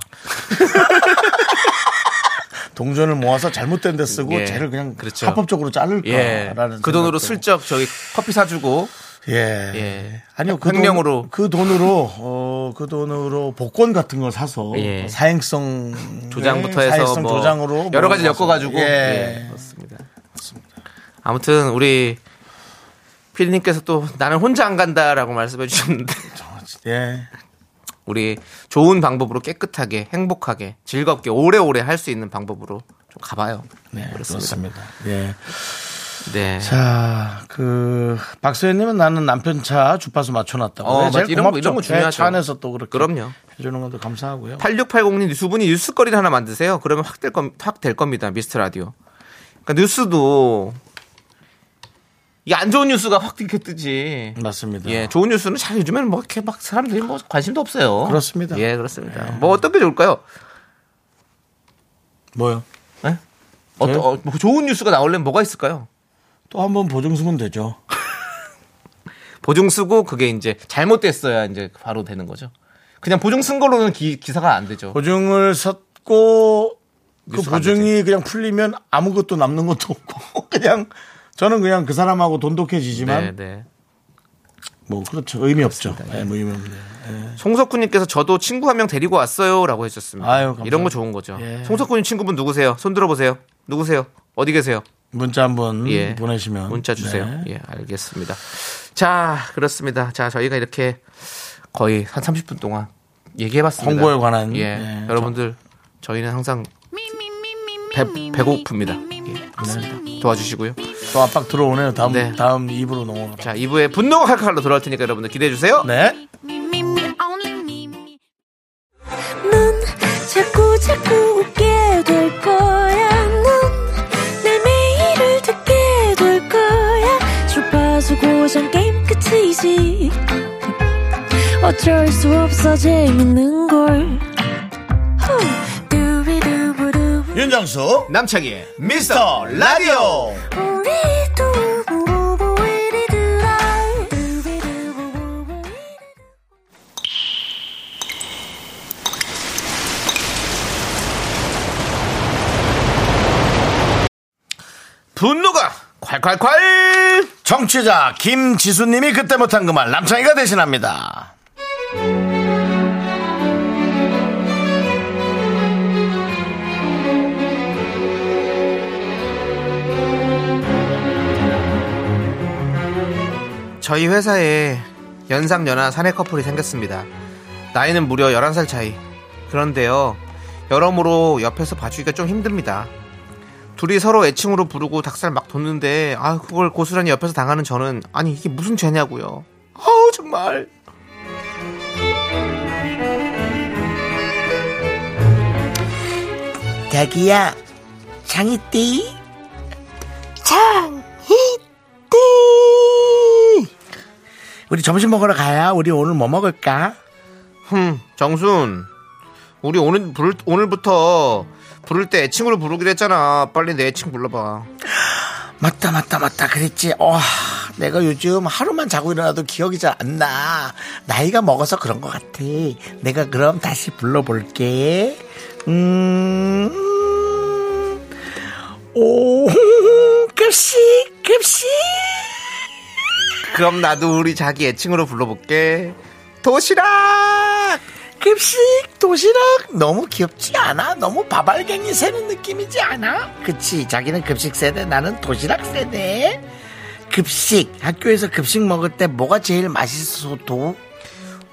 Speaker 1: 동전을 모아서 잘못된 데 쓰고
Speaker 2: 예,
Speaker 1: 쟤를 그냥
Speaker 2: 그렇죠.
Speaker 1: 합법적으로
Speaker 2: 예.
Speaker 1: 자를까라는
Speaker 2: 그
Speaker 1: 생각도.
Speaker 2: 돈으로 슬쩍 저기 커피 사주고
Speaker 1: 예.
Speaker 2: 예.
Speaker 1: 아니요 그
Speaker 2: 횡령으로.
Speaker 1: 돈, 그 돈으로 어그 돈으로 복권 같은 걸 사서
Speaker 2: 예.
Speaker 1: 사행성
Speaker 2: 조장부터
Speaker 1: 네,
Speaker 2: 해서
Speaker 1: 사행성
Speaker 2: 뭐
Speaker 1: 조장으로
Speaker 2: 여러 가지
Speaker 1: 모아서.
Speaker 2: 엮어가지고
Speaker 1: 예.
Speaker 2: 예, 그렇습니다. 아무튼 우리 예. 피디님께서 또 나는 혼자 안 간다라고 말씀해 주셨는데
Speaker 1: 예.
Speaker 2: 우리 좋은 방법으로 깨끗하게 행복하게 즐겁게 오래오래 할 수 있는 방법으로 좀 가봐요.
Speaker 1: 네, 그렇습니다. 예.
Speaker 2: 네.
Speaker 1: 자, 그 박서연님은 나는 남편 차 주파수 맞춰놨다고.
Speaker 2: 어,
Speaker 1: 네, 제일
Speaker 2: 맞아. 이런 거,
Speaker 1: 고맙죠.
Speaker 2: 이런 거 중요하죠.
Speaker 1: 예, 차 안에서 또 그렇게
Speaker 2: 그럼요.
Speaker 1: 해주는 것도 감사하고요.
Speaker 2: 8680님 두 분이 뉴스거리를 하나 만드세요. 그러면 확 될 겁니다. 미스터 라디오. 그러니까 뉴스도 이게 안 좋은 뉴스가 확 이렇게 뜨지.
Speaker 1: 맞습니다.
Speaker 2: 예, 좋은 뉴스는 잘 요즘에는 뭐 이렇게 막 사람들이 뭐 관심도 없어요.
Speaker 1: 그렇습니다. 네.
Speaker 2: 예, 그렇습니다. 뭐 어떤 게 좋을까요?
Speaker 1: 뭐요?
Speaker 2: 어떤
Speaker 1: 네.
Speaker 2: 어, 뭐 좋은 뉴스가 나오려면 뭐가 있을까요?
Speaker 1: 또 한 번 보증 쓰면 되죠.
Speaker 2: 보증 쓰고 그게 이제 잘못됐어야 이제 바로 되는 거죠. 그냥 보증 쓴 걸로는 기, 기사가 안 되죠.
Speaker 1: 보증을 섰고 그
Speaker 2: 뉴스가 안
Speaker 1: 보증이 그냥 풀리면 아무것도 남는 것도 없고 그냥 저는 그냥 그 사람하고 돈독해지지만
Speaker 2: 네, 네.
Speaker 1: 뭐 그렇죠 의미 없죠. 예, 뭐 의미 없네요.
Speaker 2: 송석구님께서 저도 친구 한 명 데리고 왔어요라고 해주셨습니다.
Speaker 1: 아유, 감사합니다.
Speaker 2: 이런 거 좋은 거죠.
Speaker 1: 예.
Speaker 2: 송석구님 친구분 누구세요? 손 들어보세요. 누구세요? 어디 계세요?
Speaker 1: 문자 한번
Speaker 2: 예.
Speaker 1: 음, 보내시면
Speaker 2: 문자 주세요.
Speaker 1: 네.
Speaker 2: 예, 알겠습니다. 자, 그렇습니다. 자, 저희가 이렇게 거의 한 30분 동안 얘기해봤습니다.
Speaker 1: 홍보에 관한,
Speaker 2: 예,
Speaker 1: 예,
Speaker 2: 여러분들 저희는 항상 배, 배고픕니다. 예, 그렇습니다. 도와주시고요.
Speaker 1: 또 압박 들어오네요. 다음
Speaker 2: 네.
Speaker 1: 다음 입으로 넘어가.
Speaker 2: 자, 2부에 분노가 칼칼로 돌아올 테니까 여러분들 기대해 주세요.
Speaker 1: 네.
Speaker 5: 넌 자꾸 자꾸 웃게 될 거야. 넌내 매일을 듣게 될 거야. 주파수 고정 게임 끝이지. 어쩔 수 없어 재밌는 걸. 후. 두비두부두부.
Speaker 1: 윤정수
Speaker 2: 남창희의
Speaker 1: 미스터 라디오
Speaker 5: 우리 두부부부 우리 두라. 두비두부부부 우리 두라.
Speaker 2: 분노가 콸콸콸!
Speaker 1: 정취자 김지수님이 그때 못한 그 말 남창희가 대신합니다.
Speaker 2: 저희 회사에 연상연하 사내 커플이 생겼습니다. 나이는 무려 11살 차이. 그런데요, 여러모로 옆에서 봐주기가 좀 힘듭니다. 둘이 서로 애칭으로 부르고 닭살 막 돋는데, 아, 그걸 고스란히 옆에서 당하는 저는, 아니, 이게 무슨 죄냐고요. 아우, 정말.
Speaker 6: 자기야, 장이띠? 장이띠!
Speaker 1: 우리 점심 먹으러 가야 우리 오늘 뭐 먹을까?
Speaker 2: 흠, 정순. 우리 오늘 부를, 오늘부터 부를 때 애칭으로 부르기로 했잖아. 빨리 내 애칭 불러봐.
Speaker 1: 맞다 맞다 맞다 그랬지. 와 내가 요즘 하루만 자고 일어나도 기억이 잘 안 나 나이가 먹어서 그런 것 같아. 내가 그럼 다시 불러볼게. 음, 오 급식 급식.
Speaker 2: 그럼 나도 우리 자기 애칭으로 불러볼게. 도시락!
Speaker 1: 급식 도시락 너무 귀엽지 않아? 너무 바발갱이 새는 느낌이지 않아? 그치 자기는 급식 세대 나는 도시락 세대 급식 학교에서 급식 먹을 때 뭐가 제일 맛있어도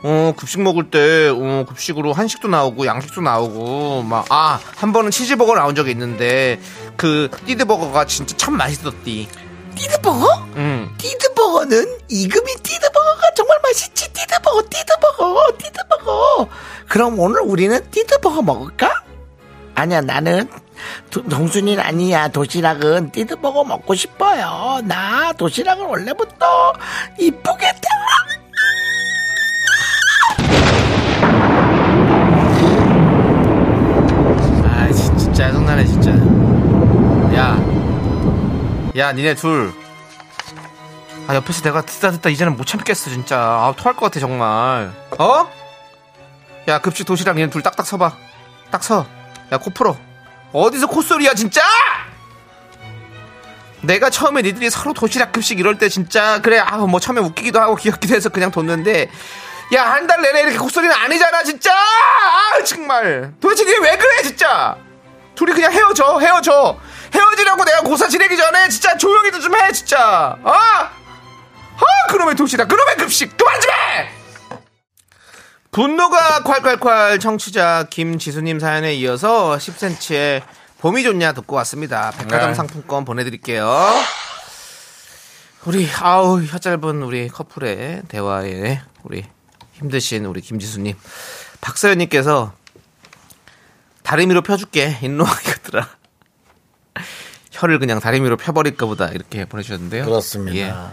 Speaker 2: 어, 급식 먹을 때, 어, 급식으로 한식도 나오고, 양식도 나오고, 막, 아, 한 번은 치즈버거 나온 적이 있는데, 그, 띠드버거가 진짜 참 맛있었디.
Speaker 1: 띠드버거?
Speaker 2: 음.
Speaker 1: 띠드버거는 이금희 띠드버거가 정말 맛있지 띠드버거 띠드버거 띠드버거 그럼 오늘 우리는 띠드버거 먹을까? 아니야 나는 도- 동순이는 아니야 도시락은 띠드버거 먹고 싶어요 나 도시락은 원래부터 이쁘게 다
Speaker 2: 아, 진짜 짜증나네, 진짜. 야. 야, 니네 둘. 아, 옆에서 내가 듣다 듣다 이제는 못 참겠어, 진짜. 아, 토할 것 같아, 정말. 어? 야, 급식 도시락 니네 둘 딱딱 서봐. 딱 서. 야, 코 풀어. 어디서 콧소리야, 진짜! 내가 처음에 니들이 서로 도시락 급식 이럴 때 진짜 그래 아 뭐 처음에 웃기기도 하고 귀엽기도 해서 그냥 뒀는데 야 한 달 내내 이렇게 콧소리는 아니잖아 진짜 아 정말 도대체 니네 왜 그래 진짜 둘이 그냥 헤어져 헤어져 헤어지라고 내가 고사 지내기 전에 진짜 조용히도 좀 해 진짜 아 어, 아, 그놈의 도시락 그놈의 급식 그만 좀해 분노가 콸콸콸 청취자 김지수님 사연에 이어서 10cm의 봄이 좋냐 듣고 왔습니다. 백화점
Speaker 1: 네.
Speaker 2: 상품권 보내드릴게요. 우리 아우 혀 짧은 우리 커플의 대화에 우리 힘드신 우리 김지수님 박서연님께서 다리미로 펴줄게 인로아 이거더라 혀를 그냥 다리미로 펴버릴까 보다 이렇게 보내주셨는데요. 예.
Speaker 1: 그렇습니다.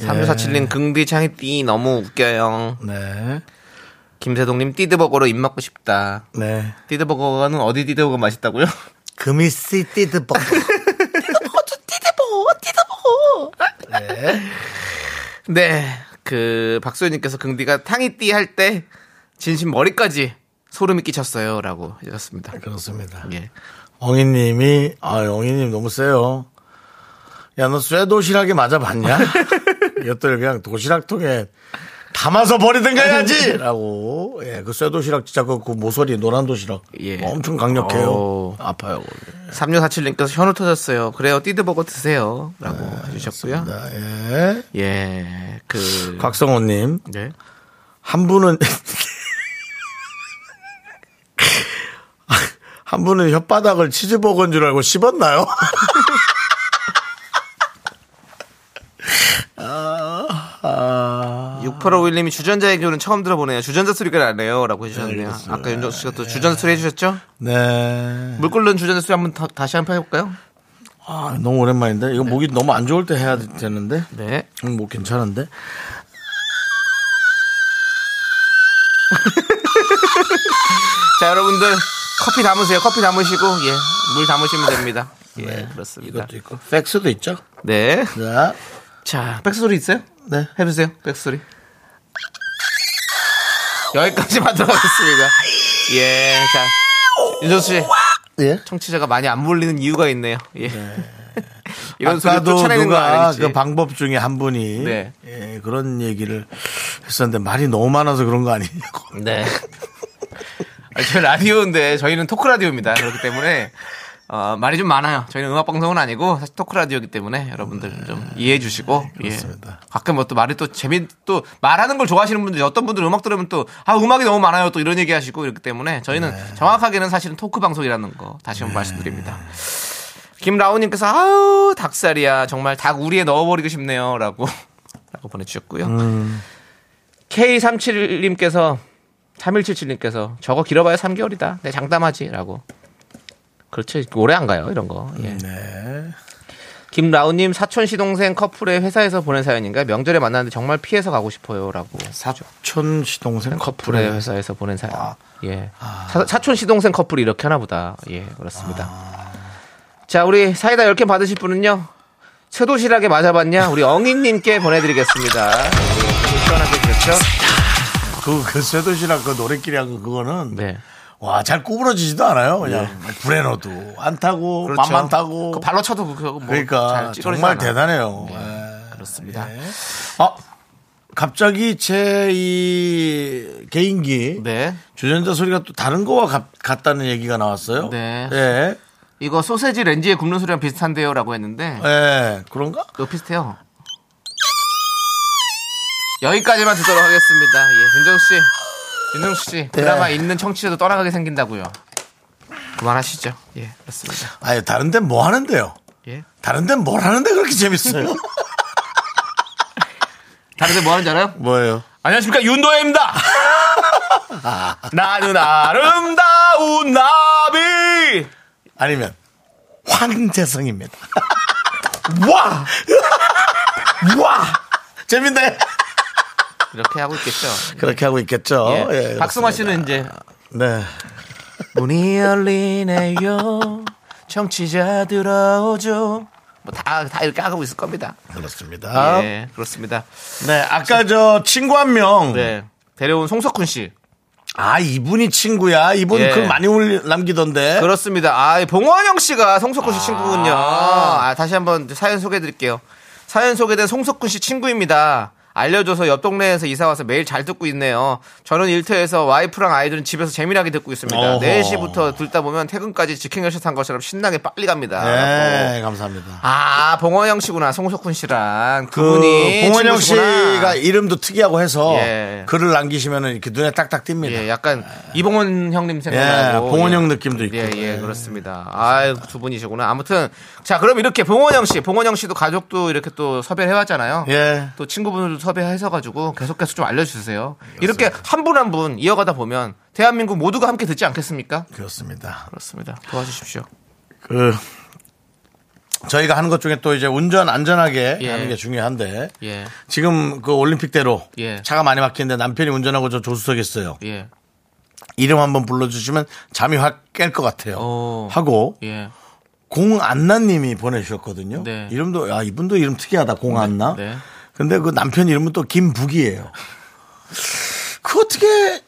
Speaker 2: 3647님 긍디 창이 띠 너무 웃겨요.
Speaker 1: 네.
Speaker 2: 김세동님 띠드버거로 입 맞고 싶다.
Speaker 1: 네.
Speaker 2: 띠드버거는 어디 띠드버거 맛있다고요?
Speaker 1: 금이씨 띠드버.
Speaker 2: 네, 그 박소연님께서 긍디가 탕이띠 할 때 진심 머리까지 소름이 끼쳤어요라고 해주셨습니다.
Speaker 1: 그렇습니다.
Speaker 2: 예.
Speaker 1: 엉이님이 아 엉이님 너무 세요. 야너 쇠 도시락에 맞아봤냐? 이것들 그냥 도시락통에 담아서 버리든가 해야지라고. 예, 그쇠 도시락 진짜 그, 그 모서리 노란 도시락
Speaker 2: 예.
Speaker 1: 엄청 강력해요.
Speaker 2: 오.
Speaker 1: 아파요.
Speaker 2: 3647님께서 현우 터졌어요. 그래요, 띠드버거 드세요라고 해주셨고요.
Speaker 1: 아, 예.
Speaker 2: 예, 그
Speaker 1: 곽성호님
Speaker 2: 네.
Speaker 1: 한 분은 한 분은 혓바닥을 치즈버거인 줄 알고 씹었나요? 아,
Speaker 2: 6851님이 주전자의 교는 처음 들어보네요. 주전자 소리가 나네요라고 해주셨네요.
Speaker 1: 알겠어요.
Speaker 2: 아까 윤정수 씨가 또 주전자 소리 해주셨죠?
Speaker 1: 네.
Speaker 2: 물 끓는 주전자 소리 한번 더- 다시 한번 해볼까요?
Speaker 1: 아, 너무 오랜만인데 이거 목이 너무 안 좋을 때 해야 되는데.
Speaker 2: 네.
Speaker 1: 음, 뭐 괜찮은데.
Speaker 2: 자, 여러분들 커피 담으세요. 커피 담으시고 예, 물 담으시면 됩니다. 예, 그렇습니다.
Speaker 1: 네, 이것도 있고. 팩스도 있죠.
Speaker 2: 네.
Speaker 1: 자,
Speaker 2: 자, 백소리 있어요? 네. 해보세요. 백소리. 여기까지만 들어가겠습니다. 예, 자. 윤정수 씨,
Speaker 1: 예.
Speaker 2: 청취자가 많이 안 몰리는 이유가 있네요. 예. 이런 소리
Speaker 1: 아까도
Speaker 2: 쫓아내는 거
Speaker 1: 누가
Speaker 2: 아니지?
Speaker 1: 그 방법 중에 한 분이
Speaker 2: 네.
Speaker 1: 예, 그런 얘기를 했었는데 말이 너무 많아서 그런 거 아니냐고.
Speaker 2: 네. 아, 저희 라디오인데 저희는 토크 라디오입니다. 그렇기 때문에 어, 말이 좀 많아요. 저희는 음악 방송은 아니고 사실 토크 라디오이기 때문에 여러분들 좀 이해해 주시고
Speaker 1: 네. 그렇습니다.
Speaker 2: 예. 가끔 뭐 또 말이 또 재미 또 말하는 걸 좋아하시는 분들 어떤 분들은 음악 들으면 또 아 음악이 너무 많아요 또 이런 얘기 하시고 이렇기 때문에 저희는
Speaker 1: 네.
Speaker 2: 정확하게는 사실은 토크 방송이라는 거 다시 한번 말씀드립니다. 김라우님께서 아우 닭살이야 정말 닭 우리에 넣어버리고 싶네요라고 라고 보내주셨고요.
Speaker 1: 음.
Speaker 2: K37님께서 3177님께서 저거 길어봐야 3개월이다. 내 장담하지라고. 그렇지 오래 안 가요 이런 거. 예.
Speaker 1: 네.
Speaker 2: 김라우님 사촌 시동생 커플의 회사에서 보낸 사연인가 명절에 만났는데 정말 피해서 가고 싶어요라고.
Speaker 1: 사촌 시동생
Speaker 2: 커플의
Speaker 1: 커플의
Speaker 2: 회사에서 보낸 사연. 예. 사, 촌 시동생 커플이 이렇게 하나 보다. 예, 그렇습니다. 자, 우리 사이다 10개 받으실 분은요. 최도시락에 맞아봤냐? 우리 엉이님께 보내드리겠습니다.
Speaker 1: 그, 그 쇠도시락 그 노래끼리하고 그거는
Speaker 2: 네.
Speaker 1: 와 잘 구부러지지도 않아요. 그냥 뭐 불에 넣어도 안 타고 맘만 타고
Speaker 2: 그 발로 쳐도 그거 뭐
Speaker 1: 그러니까
Speaker 2: 잘 찌그러지지
Speaker 1: 정말
Speaker 2: 않아요. 네,
Speaker 1: 대단해요. 예.
Speaker 2: 그렇습니다.
Speaker 1: 예. 아 갑자기 제 이 개인기
Speaker 2: 네.
Speaker 1: 주전자 소리가 또 다른 거와 같, 같다는 얘기가 나왔어요.
Speaker 2: 네.
Speaker 1: 예.
Speaker 2: 이거 소세지 렌즈에 굽는 소리랑 비슷한데요라고 했는데
Speaker 1: 예. 그런가?
Speaker 2: 그거 비슷해요. 여기까지만 듣도록 하겠습니다. 예, 윤정수 씨, 윤정수 씨 드라마 있는 청취자도 떠나가게 생긴다고요. 그만하시죠. 예, 그렇습니다.
Speaker 1: 아니 다른 데는 뭐 하는데요?
Speaker 2: 예.
Speaker 1: 다른 데는 뭘 하는데 그렇게 재밌어요?
Speaker 2: 다른데 뭐 하는지 알아요?
Speaker 1: 뭐예요?
Speaker 2: 안녕하십니까 윤도혜입니다. 나는 아름다운 나비.
Speaker 1: 아니면 황재성입니다.
Speaker 2: 와
Speaker 1: 와 재밌네.
Speaker 2: 이렇게 하고 있겠죠.
Speaker 1: 그렇게 하고 있겠죠.
Speaker 2: 예.
Speaker 1: 예, 그렇습니다.
Speaker 2: 박승화 씨는 이제
Speaker 1: 네.
Speaker 2: 문이 열리네요. 청취자 들어오죠. 뭐 다 다 이렇게 하고 있을 겁니다.
Speaker 1: 그렇습니다.
Speaker 2: 예, 그렇습니다.
Speaker 1: 네, 아까 저 친구 한 명.
Speaker 2: 네. 데려온 송석훈 씨.
Speaker 1: 아, 이분이 친구야. 이분
Speaker 2: 예.
Speaker 1: 글 많이 올리, 남기던데.
Speaker 2: 그렇습니다. 아, 봉원영 씨가 송석훈 씨 아, 친구군요. 아, 다시 한번 사연 소개해 드릴게요. 사연 소개된 송석훈 씨 친구입니다. 알려줘서 옆 동네에서 이사와서 매일 잘 듣고 있네요. 저는 일터에서 와이프랑 아이들은 집에서 재미나게 듣고 있습니다.
Speaker 1: 어허.
Speaker 2: 4시부터 듣다 보면 퇴근까지 직행열차 탄 것처럼 신나게 빨리 갑니다.
Speaker 1: 네, 감사합니다.
Speaker 2: 뭐. 아, 봉원영 씨구나. 송석훈 씨랑.
Speaker 1: 그
Speaker 2: 그분이.
Speaker 1: 봉원영
Speaker 2: 친구시구나.
Speaker 1: 씨가 이름도 특이하고 해서
Speaker 2: 예.
Speaker 1: 글을 남기시면 이렇게 눈에 딱딱 띕니다.
Speaker 2: 예, 약간 이봉원 형님
Speaker 1: 예,
Speaker 2: 생각나고
Speaker 1: 봉원형 느낌도 있고.
Speaker 2: 예, 예, 그렇습니다. 아유, 두 분이시구나. 아무튼 자, 그럼 이렇게 봉원영 씨, 봉원영 씨도 가족도 이렇게 또 섭외를 해왔잖아요.
Speaker 1: 예.
Speaker 2: 또 친구분들도 섭외해서 가지고 계속해서 좀 알려주세요. 이렇게 한 분 한 분 이어가다 보면 대한민국 모두가 함께 듣지 않겠습니까?
Speaker 1: 그렇습니다.
Speaker 2: 그렇습니다. 도와주십시오.
Speaker 1: 그 저희가 하는 것 중에 또 이제 운전 안전하게
Speaker 2: 예.
Speaker 1: 하는 게 중요한데
Speaker 2: 예,
Speaker 1: 지금 그 올림픽대로
Speaker 2: 예.
Speaker 1: 차가 많이 막히는데 남편이 운전하고 저 조수석에 있어요.
Speaker 2: 예,
Speaker 1: 이름 한번 불러주시면 잠이 확 깰 것 같아요.
Speaker 2: 오.
Speaker 1: 하고
Speaker 2: 예.
Speaker 1: 공안나님이 보내주셨거든요.
Speaker 2: 네.
Speaker 1: 이름도 야 이분도 이름 특이하다 공안나.
Speaker 2: 네, 네.
Speaker 1: 근데 그 남편 이름은 또 김북이에요. 그 어떻게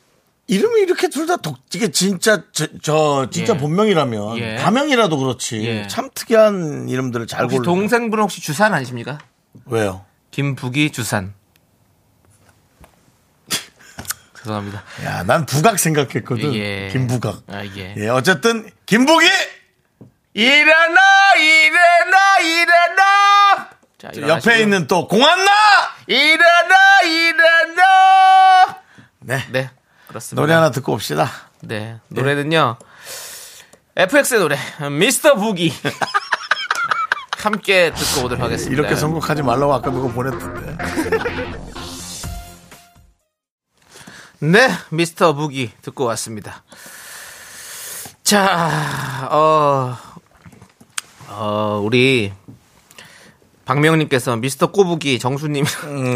Speaker 1: 이름이 이렇게 둘 다 독, 이게 진짜 저, 저 진짜
Speaker 2: 예.
Speaker 1: 본명이라면
Speaker 2: 예.
Speaker 1: 가명이라도 그렇지
Speaker 2: 예.
Speaker 1: 참 특이한 이름들을 잘
Speaker 2: 혹시
Speaker 1: 골라.
Speaker 2: 동생분 혹시 주산 아니십니까?
Speaker 1: 왜요?
Speaker 2: 김북이 주산. 죄송합니다.
Speaker 1: 야, 난 부각 생각했거든.
Speaker 2: 예.
Speaker 1: 김부각.
Speaker 2: 아, 예.
Speaker 1: 예, 어쨌든 김북이
Speaker 2: 일어나 일어나 일어나 자,
Speaker 1: 옆에 있는 또 공안나.
Speaker 2: 일어나 일어나
Speaker 1: 네.
Speaker 2: 네 그렇습니다
Speaker 1: 노래 하나 듣고 옵시다.
Speaker 2: 네 노래는요 FX의 노래 미스터 부기 함께 듣고 오도록 하겠습니다
Speaker 1: 이렇게 선곡하지 말라고 아까 그거 보냈던데.
Speaker 2: 네 미스터 부기 듣고 왔습니다 자어 어, 우리 박명님께서 미스터 꼬부기 정수님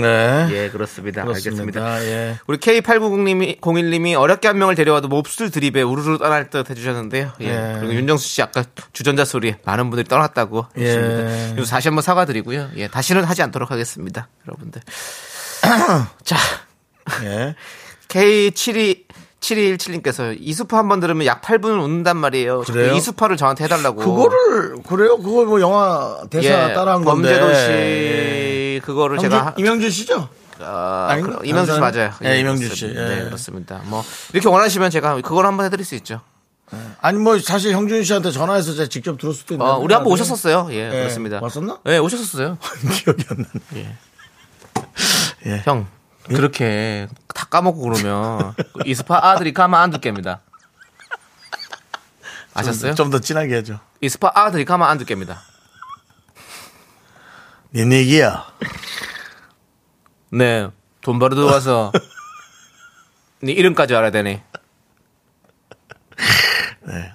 Speaker 1: 네.
Speaker 2: 예 그렇습니다 알겠습니다
Speaker 1: 그렇습니다. 예.
Speaker 2: 우리 K8901님이 01님이 어렵게 한 명을 데려와도 몹쓸 드립에 우르르 떠날 듯 해주셨는데요. 예.
Speaker 1: 예.
Speaker 2: 그리고 윤정수 씨 아까 주전자 소리 많은 분들이 떠났다고
Speaker 1: 예.
Speaker 2: 하셨습니다. 그래서 다시 한번 사과드리고요. 예. 다시는 하지 않도록 하겠습니다. 여러분들. 자,
Speaker 1: 예.
Speaker 2: K72. 7217님께서 이수파 한 번 들으면 약 8분 웃는단 말이에요. 자꾸
Speaker 1: 그래요?
Speaker 2: 이수파를 저한테 해달라고. 예,
Speaker 1: 그거를 그래요? 그거 뭐 영화 대사 따라한 건데.
Speaker 2: 범죄도시
Speaker 1: 예.
Speaker 2: 그거를
Speaker 1: 형제-
Speaker 2: 제가
Speaker 1: 이명준 씨죠?
Speaker 2: 아,
Speaker 1: 아닌가?
Speaker 2: 그- 이명수 씨
Speaker 1: 다른
Speaker 2: 맞아요.
Speaker 1: 사람? 예, 이명주 씨.
Speaker 2: 그렇습니다.
Speaker 1: 예.
Speaker 2: 네, 그렇습니다. 뭐 이렇게 원하시면 제가 그걸 한번 해드릴 수 있죠.
Speaker 1: 아니 뭐 사실 형준 씨한테 전화해서 제가 직접 들을 수도 있는데.
Speaker 2: 어, 우리 한번 오셨었어요. 예, 그렇습니다.
Speaker 1: 네, 왔었나?
Speaker 2: 예, 오셨었어요.
Speaker 1: 기억이 안 나네.
Speaker 2: 형
Speaker 1: 예?
Speaker 2: 그렇게 다 까먹고 그러면 그 이스파 아들이 가만 안 둘게입니다. 아셨어요?
Speaker 1: 좀 더 진하게 해줘.
Speaker 2: 이스파 아들이 가만 안 둘게입니다.
Speaker 1: 네 얘기야.
Speaker 2: 네, 돈 벌어 들어와서 네 이름까지 알아야 되네.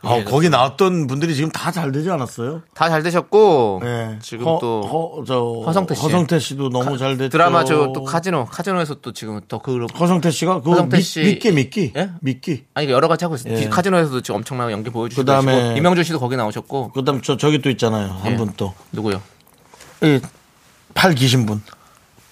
Speaker 1: 어,
Speaker 2: 예,
Speaker 1: 거기 나왔던 분들이 지금 다 잘 되지 않았어요?
Speaker 2: 다 잘 되셨고
Speaker 1: 예.
Speaker 2: 지금
Speaker 1: 허-
Speaker 2: 또
Speaker 1: 허, 저,
Speaker 2: 허성태 씨.
Speaker 1: 도 너무 잘 됐죠.
Speaker 2: 드라마 저 또 카지노 카지노에서 또 지금 또 그걸
Speaker 1: 허성태 씨가 그
Speaker 2: 허성태
Speaker 1: 미-
Speaker 2: 씨-
Speaker 1: 미끼 미끼
Speaker 2: 예?
Speaker 1: 미끼.
Speaker 2: 아니 여러 가지 하고 있어요.
Speaker 1: 예.
Speaker 2: 카지노에서도 지금 엄청나게 연기 보여주시고
Speaker 1: 그다음에-
Speaker 2: 계시고, 이명준 씨도 거기 나오셨고
Speaker 1: 그다음 저 저기 또 있잖아요. 한
Speaker 2: 예.
Speaker 1: 분 또.
Speaker 2: 누구요?
Speaker 1: 팔 기신 분.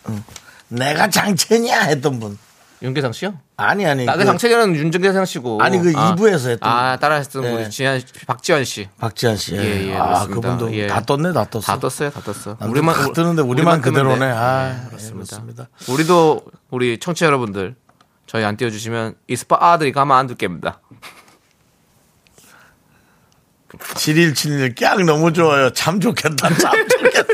Speaker 1: 응. 내가 장첸이야 했던 분.
Speaker 2: 윤계상 씨요?
Speaker 1: 아니 아니.
Speaker 2: 나그
Speaker 1: 그
Speaker 2: 장채연은 윤계상 씨고
Speaker 1: 아니, 그 이부에서 했던
Speaker 2: 아 따라했던
Speaker 1: 예.
Speaker 2: 우리 지한 박지현 씨.
Speaker 1: 박지한 씨. 예.
Speaker 2: 예, 예,
Speaker 1: 아
Speaker 2: 그렇습니다.
Speaker 1: 그분도
Speaker 2: 예.
Speaker 1: 다 떴네 다 떴어.
Speaker 2: 다 떴어요, 다 떴어.
Speaker 1: 남들 아, 다 뜨는데 우리만
Speaker 2: 뜨면
Speaker 1: 그대로네.
Speaker 2: 돼.
Speaker 1: 아,
Speaker 2: 예,
Speaker 1: 예,
Speaker 2: 그렇습니다.
Speaker 1: 그렇습니다.
Speaker 2: 우리도 우리 청취 자 여러분들 저희 안 띄워주시면 이스파 아들이 가만 안 둘게입니다.
Speaker 1: 7171 깍 너무 좋아요. 참 좋겠다. 참 좋겠어.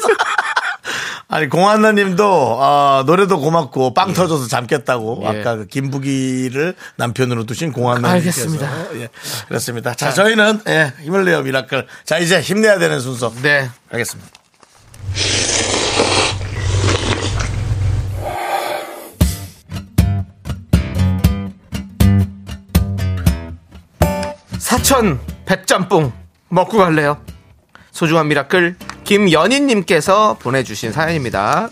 Speaker 1: 아니 공한나님도 아, 노래도 고맙고 빵 터져서 잠겠다고
Speaker 2: 예.
Speaker 1: 아까 그 김부기를 남편으로 두신 공한나님께서
Speaker 2: 알겠습니다.
Speaker 1: 예, 그렇습니다. 자 저희는 예, 힘을 내요 미라클. 자 이제 힘내야 되는 순서.
Speaker 2: 네,
Speaker 1: 알겠습니다.
Speaker 2: 사천 백짬뽕 먹고 갈래요? 소중한 미라클 김연희님께서 보내주신 사연입니다.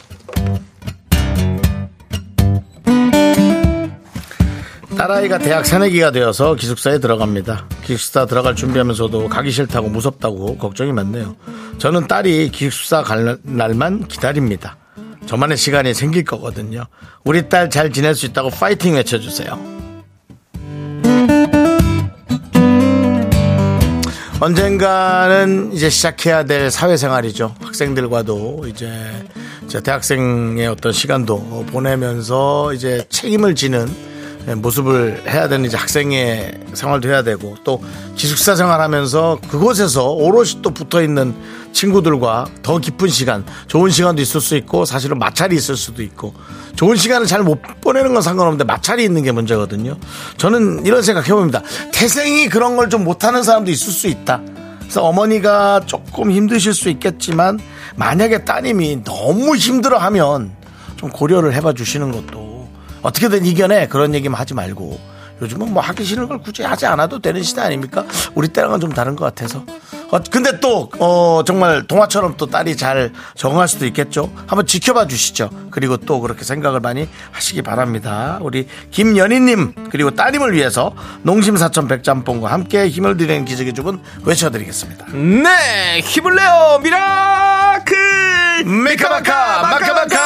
Speaker 1: 딸아이가 대학 새내기가 되어서 기숙사에 들어갑니다. 기숙사 들어갈 준비하면서도 가기 싫다고 무섭다고 걱정이 많네요. 저는 딸이 기숙사 갈 날만 기다립니다. 저만의 시간이 생길 거거든요. 우리 딸 잘 지낼 수 있다고 파이팅 외쳐주세요. 언젠가는 이제 시작해야 될 사회생활이죠. 학생들과도 이제 자, 대학생의 어떤 시간도 보내면서 이제 책임을 지는 모습을 해야 되는 이제 학생의 생활도 해야 되고 또 기숙사 생활하면서 그곳에서 오롯이 또 붙어 있는 친구들과 더 깊은 시간, 좋은 시간도 있을 수 있고 사실은 마찰이 있을 수도 있고 좋은 시간을 잘 못 보내는 건 상관없는데 마찰이 있는 게 문제거든요. 저는 이런 생각 해봅니다. 태생이 그런 걸 좀 못하는 사람도 있을 수 있다. 그래서 어머니가 조금 힘드실 수 있겠지만 만약에 따님이 너무 힘들어하면 좀 고려를 해봐 주시는 것도 어떻게든 이겨내 그런 얘기만 하지 말고 요즘은 뭐 하기 싫은 걸 굳이 하지 않아도 되는 시대 아닙니까? 우리 때랑은 좀 다른 것 같아서. 어, 근데 또, 어, 정말 동화처럼 또 딸이 잘 적응할 수도 있겠죠? 한번 지켜봐 주시죠. 그리고 또 그렇게 생각을 많이 하시기 바랍니다. 우리 김연희님, 그리고 따님을 위해서 농심 사천 백짬뽕과 함께 힘을 드리는 기적의 주문 외쳐드리겠습니다.
Speaker 2: 네, 힘을 내요, 미라클!
Speaker 1: 미카마카, 마카마카!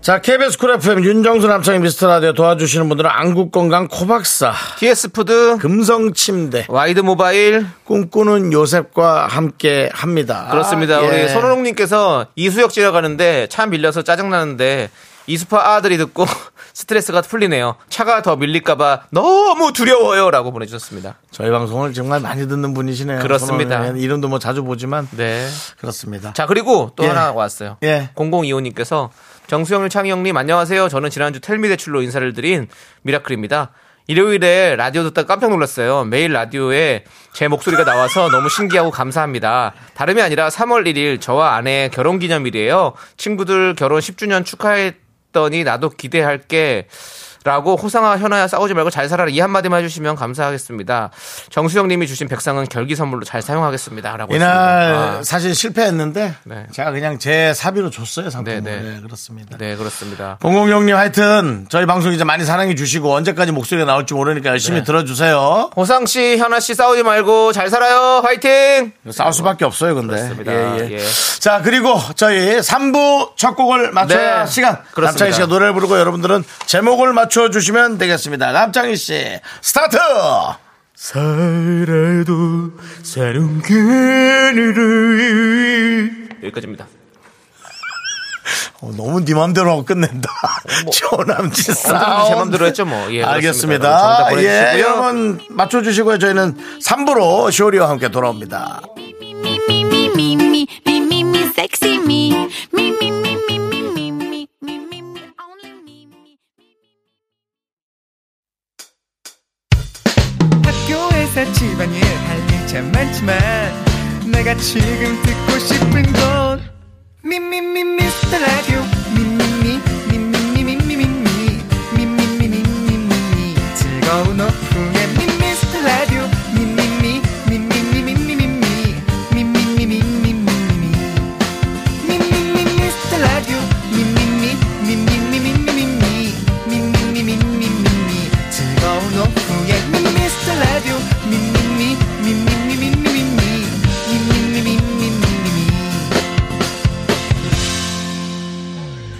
Speaker 1: 자, KBS 쿨 FM 윤정수 남창희 미스터 라디오 도와주시는 분들은 안국건강 코박사,
Speaker 2: TS푸드,
Speaker 1: 금성침대,
Speaker 2: 와이드 모바일.
Speaker 1: 꿈꾸는 요셉과 함께 합니다.
Speaker 2: 아, 그렇습니다.
Speaker 1: 예.
Speaker 2: 우리 손호롱님께서 이수역 지나가는데 차 밀려서 짜증나는데 이수파 아들이 듣고 스트레스가 풀리네요. 차가 더 밀릴까봐 너무 두려워요. 라고 보내주셨습니다.
Speaker 1: 저희 방송을 정말 많이 듣는 분이시네요.
Speaker 2: 그렇습니다.
Speaker 1: 손흥민. 이름도 뭐 자주 보지만
Speaker 2: 네.
Speaker 1: 그렇습니다.
Speaker 2: 자, 그리고 또
Speaker 1: 예.
Speaker 2: 하나 왔어요.
Speaker 1: 예.
Speaker 2: 0025님께서 정수영님, 창희형님 안녕하세요. 저는 지난주 텔미 대출로 인사를 드린 미라클입니다. 일요일에 라디오 듣다 깜짝 놀랐어요. 매일 라디오에 제 목소리가 나와서 너무 신기하고 감사합니다. 다름이 아니라 3월 1일 저와 아내의 결혼 기념일이에요. 친구들 결혼 10주년 축하했더니 나도 기대할게. 라고 호상아 현아야 싸우지 말고 잘 살아라 이 한마디만 해주시면 감사하겠습니다. 정수영님이 주신 백상은 결기 선물로 잘 사용하겠습니다라고
Speaker 1: 이날
Speaker 2: 했습니다. 아.
Speaker 1: 사실 실패했는데
Speaker 2: 네.
Speaker 1: 제가 그냥 제 사비로 줬어요 상품을.
Speaker 2: 네, 네.
Speaker 1: 예, 그렇습니다.
Speaker 2: 네 그렇습니다.
Speaker 1: 006님 하여튼 저희 방송 이제 많이 사랑해 주시고 언제까지 목소리가 나올지 모르니까 열심히
Speaker 2: 네.
Speaker 1: 들어주세요.
Speaker 2: 호상 씨, 현아 씨 싸우지 말고 잘 살아요. 화이팅!
Speaker 1: 싸울 수밖에 없어요, 근데.
Speaker 2: 그렇습니다. 예.
Speaker 1: 자, 그리고 저희 3부 첫 곡을 맞춰야
Speaker 2: 네,
Speaker 1: 시간.
Speaker 2: 그렇습니다.
Speaker 1: 남창희 씨가 노래를 부르고 여러분들은 제목을 맞춰주시면 되겠습니다. 남창희 씨, 스타트!
Speaker 2: 살아도 사는 그늘을 여기까지입니다.
Speaker 1: 어, 너무 네 맘대로 하고 끝낸다.
Speaker 2: 어,
Speaker 1: 조남지
Speaker 2: 뭐. 제
Speaker 1: 싸움.
Speaker 2: 맘대로 했죠, 뭐. 예,
Speaker 1: 알겠습니다.
Speaker 2: 그렇습니다. 정답
Speaker 1: 예,
Speaker 2: 보내주시고요.
Speaker 1: 여러분 맞춰주시고요. 저희는 3부로 쇼리와 함께 돌아옵니다.
Speaker 7: 학교에서 집안일 할 일 참 많지만 내가 지금 듣고 싶은 건 미미미 미스터 라디오 미미미 미미미 미미미 미미미 미미미 즐거운 오후에 미스터 라디오 미미미 미미미 미미미 미미미 미미미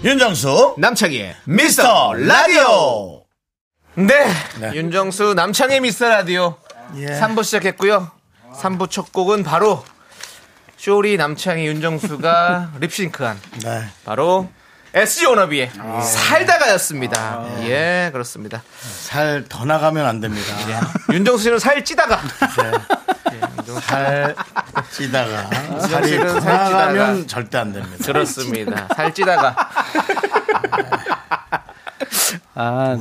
Speaker 1: 윤정수,
Speaker 2: 남창희의
Speaker 1: 미스터 라디오!
Speaker 2: 네. 윤정수, 남창희 미스터 라디오
Speaker 1: 예.
Speaker 2: 3부 시작했고요. 3부 첫 곡은 바로 쇼리, 남창희, 윤정수가 립싱크한
Speaker 1: 네.
Speaker 2: 바로 SG 워너비의 살다가였습니다. 예, 그렇습니다.
Speaker 1: 살 더 나가면 안 됩니다.
Speaker 8: 예.
Speaker 2: 윤정수 씨는 살 찌다가
Speaker 1: 살 찌다가 살이
Speaker 2: 사실은
Speaker 1: 더
Speaker 2: 살 찌다가.
Speaker 1: 나가면 절대 안 됩니다.
Speaker 2: 그렇습니다. 살 찌다가
Speaker 1: 어,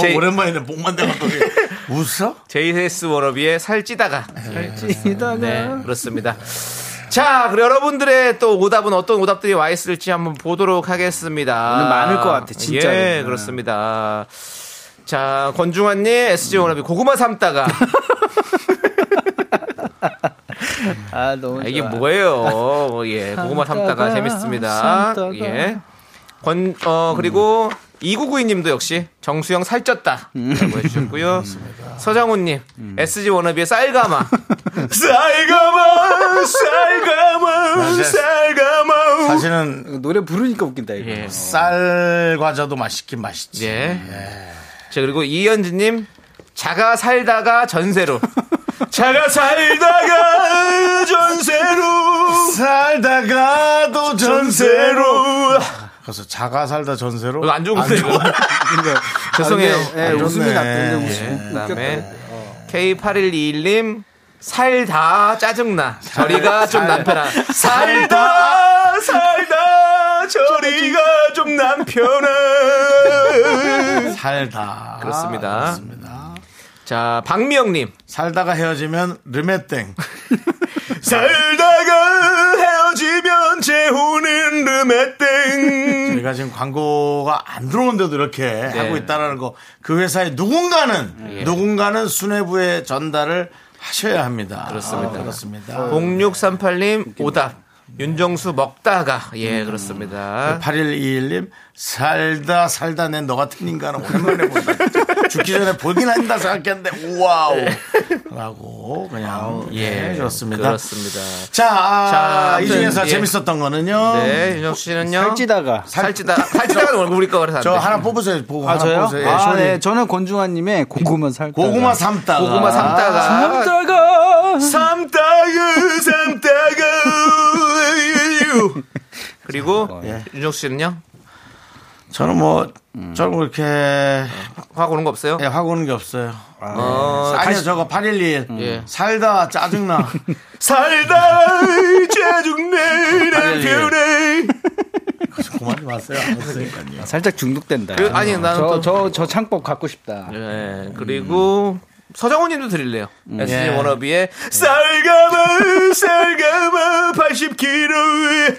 Speaker 2: 제-
Speaker 1: 오랜만이네 목만 대갖고 웃어?
Speaker 2: JS 워너비의 살 찌다가 네, 그렇습니다. 자, 그리고 여러분들의 또 오답은 어떤 오답들이 와 있을지 한번 보도록 하겠습니다.
Speaker 8: 오늘 많을 것 같아, 진짜로.
Speaker 2: 예, 그렇습니다. 자, 권중환님, SG 워너비 고구마 삶다가
Speaker 8: 아 너무
Speaker 2: 아, 이게 뭐예요? 어, 예, 고구마 삶다가 재밌습니다.
Speaker 8: 삶다가.
Speaker 2: 예. 권, 어, 그리고 2992님도 역시 정수영 살쪘다. 라고 해주셨고요. 음. 서장훈님, SG 워너비의 쌀가마. 쌀가마, 쌀가마, 쌀가마.
Speaker 1: 사실은
Speaker 8: 어, 노래 부르니까 웃긴다 이거. 어.
Speaker 2: 예.
Speaker 1: 쌀 과자도 맛있긴 맛있지.
Speaker 2: 예. 자, 그리고 이현진님, 자가 살다가 전세로. 자가 살다가 전세로.
Speaker 1: 살다가도 전세로. 어, 그래서 자가 살다 전세로.
Speaker 2: 이거 안 좋은데 이거.
Speaker 1: 아,
Speaker 2: 죄송해요.
Speaker 8: 예,
Speaker 1: 안
Speaker 8: 웃음이
Speaker 1: 좋네.
Speaker 8: 났던데 웃음.
Speaker 2: 예, 그다음에
Speaker 8: 웃겼다.
Speaker 2: K8121님 살다 짜증나. 저리가 좀 남편아.
Speaker 1: 살다 살다 저리가 좀 남편아 살다
Speaker 2: 그렇습니다.
Speaker 1: 그렇습니다.
Speaker 2: 자 박미영님
Speaker 1: 살다가 헤어지면 르메땡 살다가 헤어지면 재혼은 르메땡 저희가 지금 광고가 안 들어오는데도 이렇게 하고 있다라는 거 그 회사에 누군가는 누군가는 수뇌부에 전달을 하셔야 합니다 아, 그렇습니다 어. 그렇습니다
Speaker 2: 0638님 오답 윤정수 먹다가 예
Speaker 1: 음.
Speaker 2: 그렇습니다.
Speaker 1: 8121님 살다 살다 낸 너 같은 인간은 오랜만에 본다 죽기 전에 보긴 한다 생각했는데 우와우 라고 그냥 예 네. 그렇습니다
Speaker 2: 그렇습니다.
Speaker 1: 자,
Speaker 2: 자,
Speaker 1: 아, 이
Speaker 2: 아무튼,
Speaker 1: 중에서
Speaker 2: 예.
Speaker 1: 재밌었던 거는요
Speaker 2: 네 윤정수 씨는요.
Speaker 8: 살찌다가.
Speaker 2: 살찌다 살찌다가 얼굴이 거라서
Speaker 1: 저 하나 뽑으세요 보고 하나 뽑으세요 예,
Speaker 8: 아,
Speaker 1: 쇼리.
Speaker 8: 네. 저는 권중환님의 고구마 살.
Speaker 1: 고구마 삶다가
Speaker 2: 고구마 삶다가
Speaker 8: 삼다가.
Speaker 1: 삶다가 삶다가
Speaker 2: 그리고
Speaker 1: 뭐, 예.
Speaker 2: 윤정수 씨는요.
Speaker 1: 저는 뭐 저는 뭐 이렇게
Speaker 2: 확 어, 오는 거 없어요.
Speaker 1: 예, 확 오는 게 없어요
Speaker 2: 어,
Speaker 1: 아니요 저거 811
Speaker 2: 예.
Speaker 1: 살다 짜증나 살다 짜증내
Speaker 8: 아, 예,
Speaker 1: 남편에 그만하지 마세요 안 했으니까요
Speaker 8: 아, 살짝 중독된다.
Speaker 2: 그- 아니, 나는
Speaker 8: 저,
Speaker 2: 또-
Speaker 8: 저, 저 창법 갖고 싶다.
Speaker 2: 예, 그리고 서정훈님도 드릴래요.
Speaker 8: 음.
Speaker 2: SG
Speaker 1: 예.
Speaker 2: 워너비의
Speaker 1: 살가마 살가마 80kg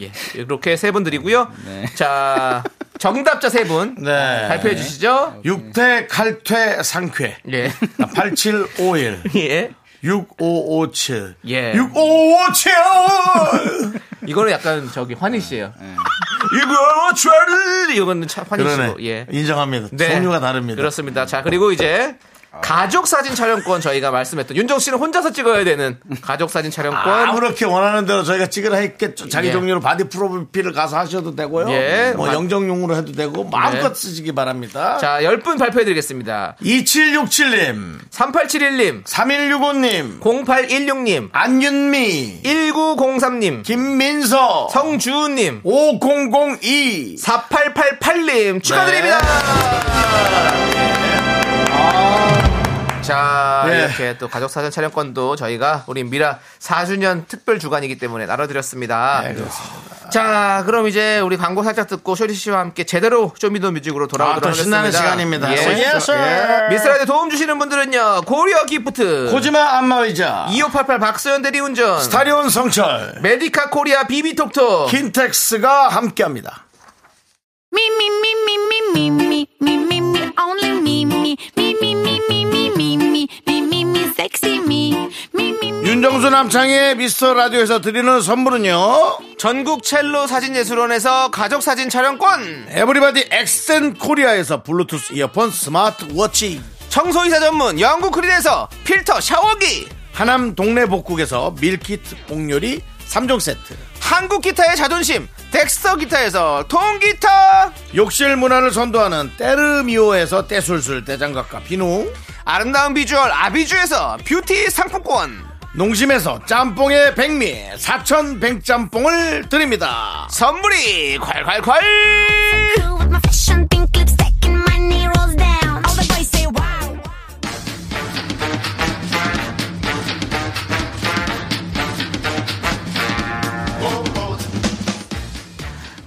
Speaker 2: 예, 이렇게 세 분 드리고요.
Speaker 8: 네.
Speaker 2: 자 정답자 세 분
Speaker 1: 네.
Speaker 2: 발표해 주시죠.
Speaker 1: 육퇴 칼퇴 상쾌
Speaker 8: 네.
Speaker 2: 예.
Speaker 1: 8751
Speaker 2: 예.
Speaker 1: 6557
Speaker 2: 예.
Speaker 1: 6557
Speaker 2: 이거는 약간 저기
Speaker 1: 네,
Speaker 2: 환희 씨예요.
Speaker 1: 6557
Speaker 2: 이거는 차- 환희
Speaker 1: 그러네
Speaker 2: 씨고. 예.
Speaker 1: 인정합니다 종류가 다릅니다 아.
Speaker 2: 그렇습니다. 자, 그리고 이제 가족 사진 촬영권 저희가 말씀했던 윤정 씨는 혼자서 찍어야 되는 가족 사진 촬영권.
Speaker 1: 아무렇게 뭐 원하는 대로 저희가 찍으라 했겠죠. 자기
Speaker 2: 예.
Speaker 1: 종류로 바디 프로필을 가서 하셔도 되고요.
Speaker 2: 예.
Speaker 1: 뭐
Speaker 2: 마-
Speaker 1: 영정용으로 해도 되고 마음껏
Speaker 2: 네.
Speaker 1: 쓰시기 바랍니다.
Speaker 2: 자, 10분 발표해 드리겠습니다.
Speaker 1: 2767님,
Speaker 2: 3871님,
Speaker 1: 3165님,
Speaker 2: 0816님,
Speaker 1: 안윤미,
Speaker 2: 1903님,
Speaker 1: 김민서,
Speaker 2: 성주우님,
Speaker 1: 5002. 네.
Speaker 2: 4888님 축하드립니다. 자
Speaker 1: 네.
Speaker 2: 이렇게 또 가족 사진 촬영권도 저희가 우리 미라 4주년 특별 주간이기 때문에 나눠드렸습니다.
Speaker 1: 네,
Speaker 2: 자 그럼 이제 우리 광고 살짝 듣고 쇼리 씨와 함께 제대로 쇼미더뮤직으로
Speaker 1: 아,
Speaker 2: 돌아오도록
Speaker 1: 또
Speaker 2: 하겠습니다.
Speaker 1: 신나는 시간입니다.
Speaker 2: 예. 미스라이드 도움 주시는 분들은요 고려 기프트,
Speaker 1: 코지마 안마의자,
Speaker 2: 2588 박소연 대리운전,
Speaker 1: 스타리온 성철,
Speaker 2: 메디카 코리아 비비톡톡,
Speaker 1: 킨텍스가 함께합니다.
Speaker 5: Me, me, me, me, me, me, me, me, me, me, only me, me, me, me, me, me, me, me, me, me, me, me, sexy me, me, me, me.
Speaker 1: 윤정수 남창의 미스터 라디오에서 드리는 선물은요.
Speaker 2: 전국 첼로 사진예술원에서 가족 사진 촬영권.
Speaker 1: 에브리바디 엑센 코리아에서 블루투스 이어폰 스마트 워치
Speaker 2: 청소이사 전문 영국 크린에서 필터 샤워기
Speaker 1: 하남 동네 복국에서 밀키트 복요리 3종 세트
Speaker 2: 한국 기타의 자존심 덱스터 기타에서 통기타
Speaker 1: 욕실 문화를 선도하는 때르미오에서 때술술 때장갑과 비누
Speaker 2: 아름다운 비주얼 아비주에서 뷰티 상품권
Speaker 1: 농심에서 짬뽕의 백미 사천 백짬뽕을 드립니다
Speaker 2: 선물이 콸콸콸
Speaker 5: Cool with my fashion, pink lipstick, and my knee rolls down. All the boys say wow.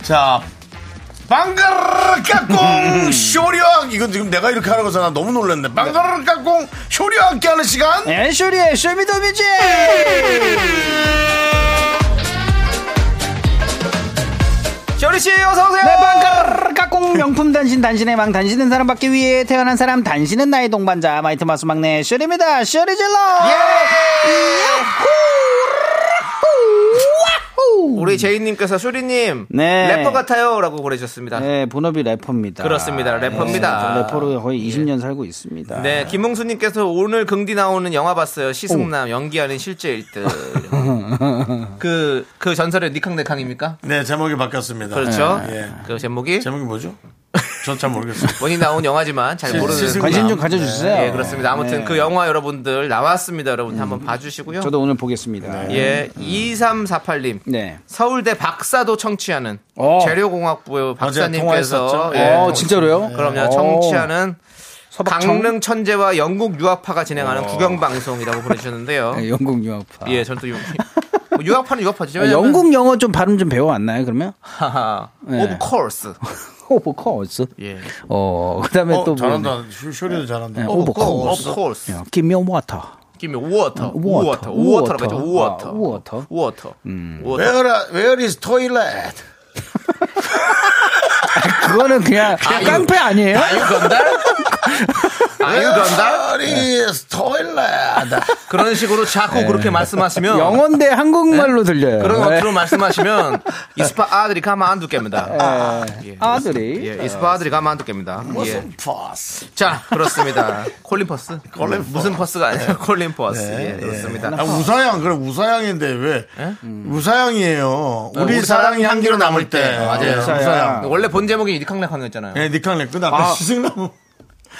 Speaker 1: 자 방가르까꿍 쇼리와 이건 지금 내가 이렇게 하는 거잖아 너무 놀랐네 방가르까꿍 쇼리와 함께하는 시간
Speaker 8: 네. 앤쇼리의 쇼미더뮤직!
Speaker 2: 쇼리씨 어서오세요
Speaker 8: 내 방가르르 네, 까꿍 명품 단신 단신의 망 단신은 사람 받기 위해 태어난 사람 단신은 나의 동반자 마이트 마수 막내 쇼리입니다 쇼리 질러
Speaker 2: 우리 제이님께서 쇼리님
Speaker 8: 네.
Speaker 2: 래퍼 같아요 라고 보내주셨습니다
Speaker 8: 네 본업이 래퍼입니다
Speaker 2: 그렇습니다. 래퍼입니다.
Speaker 8: 네, 래퍼로 거의 20년 살고 있습니다
Speaker 2: 네, 김홍수님께서 오늘 긍디 나오는 영화 봤어요. 시승남 연기 아닌 실제 1등. 그, 그 전설의 니캉네캉입니까?
Speaker 1: 네 제목이 바뀌었습니다
Speaker 2: 그렇죠.
Speaker 1: 예.
Speaker 2: 그 제목이
Speaker 1: 제목이 뭐죠? 전 잘 모르겠어요.
Speaker 2: 본인 나온 영화지만 잘 모르는
Speaker 8: 관심 좀 가져주세요.
Speaker 2: 예, 그렇습니다. 아무튼
Speaker 8: 네. 음.
Speaker 2: 그 영화 여러분들 나왔습니다. 여러분 한번 봐주시고요.
Speaker 8: 저도 오늘 보겠습니다.
Speaker 2: 예, 2348님.
Speaker 8: 네.
Speaker 2: 서울대 박사도 청취하는
Speaker 8: 어.
Speaker 2: 재료공학부 박사님께서
Speaker 1: 통화했었죠?
Speaker 2: 예,
Speaker 8: 어, 진짜로요?
Speaker 2: 그럼요.
Speaker 8: 어.
Speaker 2: 청취하는
Speaker 8: 서박청? 어.
Speaker 2: 강릉 천재와 영국 유학파가 진행하는 구경 방송이라고 보내주셨는데요.
Speaker 8: 네, 영국 유학파.
Speaker 2: 예, 저는 또 유, 뭐 유학파는 유학파죠.
Speaker 8: 아, 영국 영어 좀 발음 좀 배워왔나요, 그러면?
Speaker 2: 하하.
Speaker 8: 예.
Speaker 2: 오브 코스.
Speaker 8: 오브 코스.
Speaker 2: 예.
Speaker 8: 어, 그 다음에
Speaker 1: 어,
Speaker 8: 또. 네. 어,
Speaker 1: 잘한다. 쇼- 쇼리도 잘한다.
Speaker 8: 오브
Speaker 2: 오브
Speaker 8: 코스.
Speaker 2: 코스.
Speaker 8: 김미 워터.
Speaker 2: 김에 워터. 워터.
Speaker 8: 워터.
Speaker 2: 워터라고 하죠.
Speaker 8: 워터.
Speaker 2: 워터.
Speaker 8: 아, 워터. 음.
Speaker 2: 워터. 워터.
Speaker 1: Where, where is toilet?
Speaker 8: 그거는 그냥 깡패 아니에요?
Speaker 2: 아, 아유 건달? 아유 건달?
Speaker 1: Where is toilet?
Speaker 2: 그런 식으로 자꾸 그렇게 말씀하시면
Speaker 8: 영어인데 한국말로 들려요.
Speaker 2: 그런
Speaker 8: 네.
Speaker 2: 어투로 말씀하시면 이스파 아들이 가만 안 두겠습니다. 예.
Speaker 8: 아들이.
Speaker 2: 예, 이스파 아들이 가만 안 두겠습니다. 예.
Speaker 1: 버스.
Speaker 2: 자, 그렇습니다. 콜린 퍼스?
Speaker 1: 콜린 퍼스.
Speaker 2: 무슨 퍼스가 아니라 콜린 퍼스.
Speaker 8: 네,
Speaker 2: 예, 그렇습니다.
Speaker 1: 아, 우사양 그래 우사양인데 왜 우사양이에요? 예? 아, 우리,
Speaker 2: 우리
Speaker 1: 사랑이
Speaker 2: 사랑이
Speaker 1: 향기로 남을 때.
Speaker 2: 네,
Speaker 1: 예,
Speaker 2: 맞아요.
Speaker 1: 우사양.
Speaker 8: 우사양.
Speaker 2: 원래 본 제목이 니캉락캉이었잖아요.
Speaker 1: 네, 니캉 냈구나. 아,
Speaker 2: 아.
Speaker 1: 시승나무.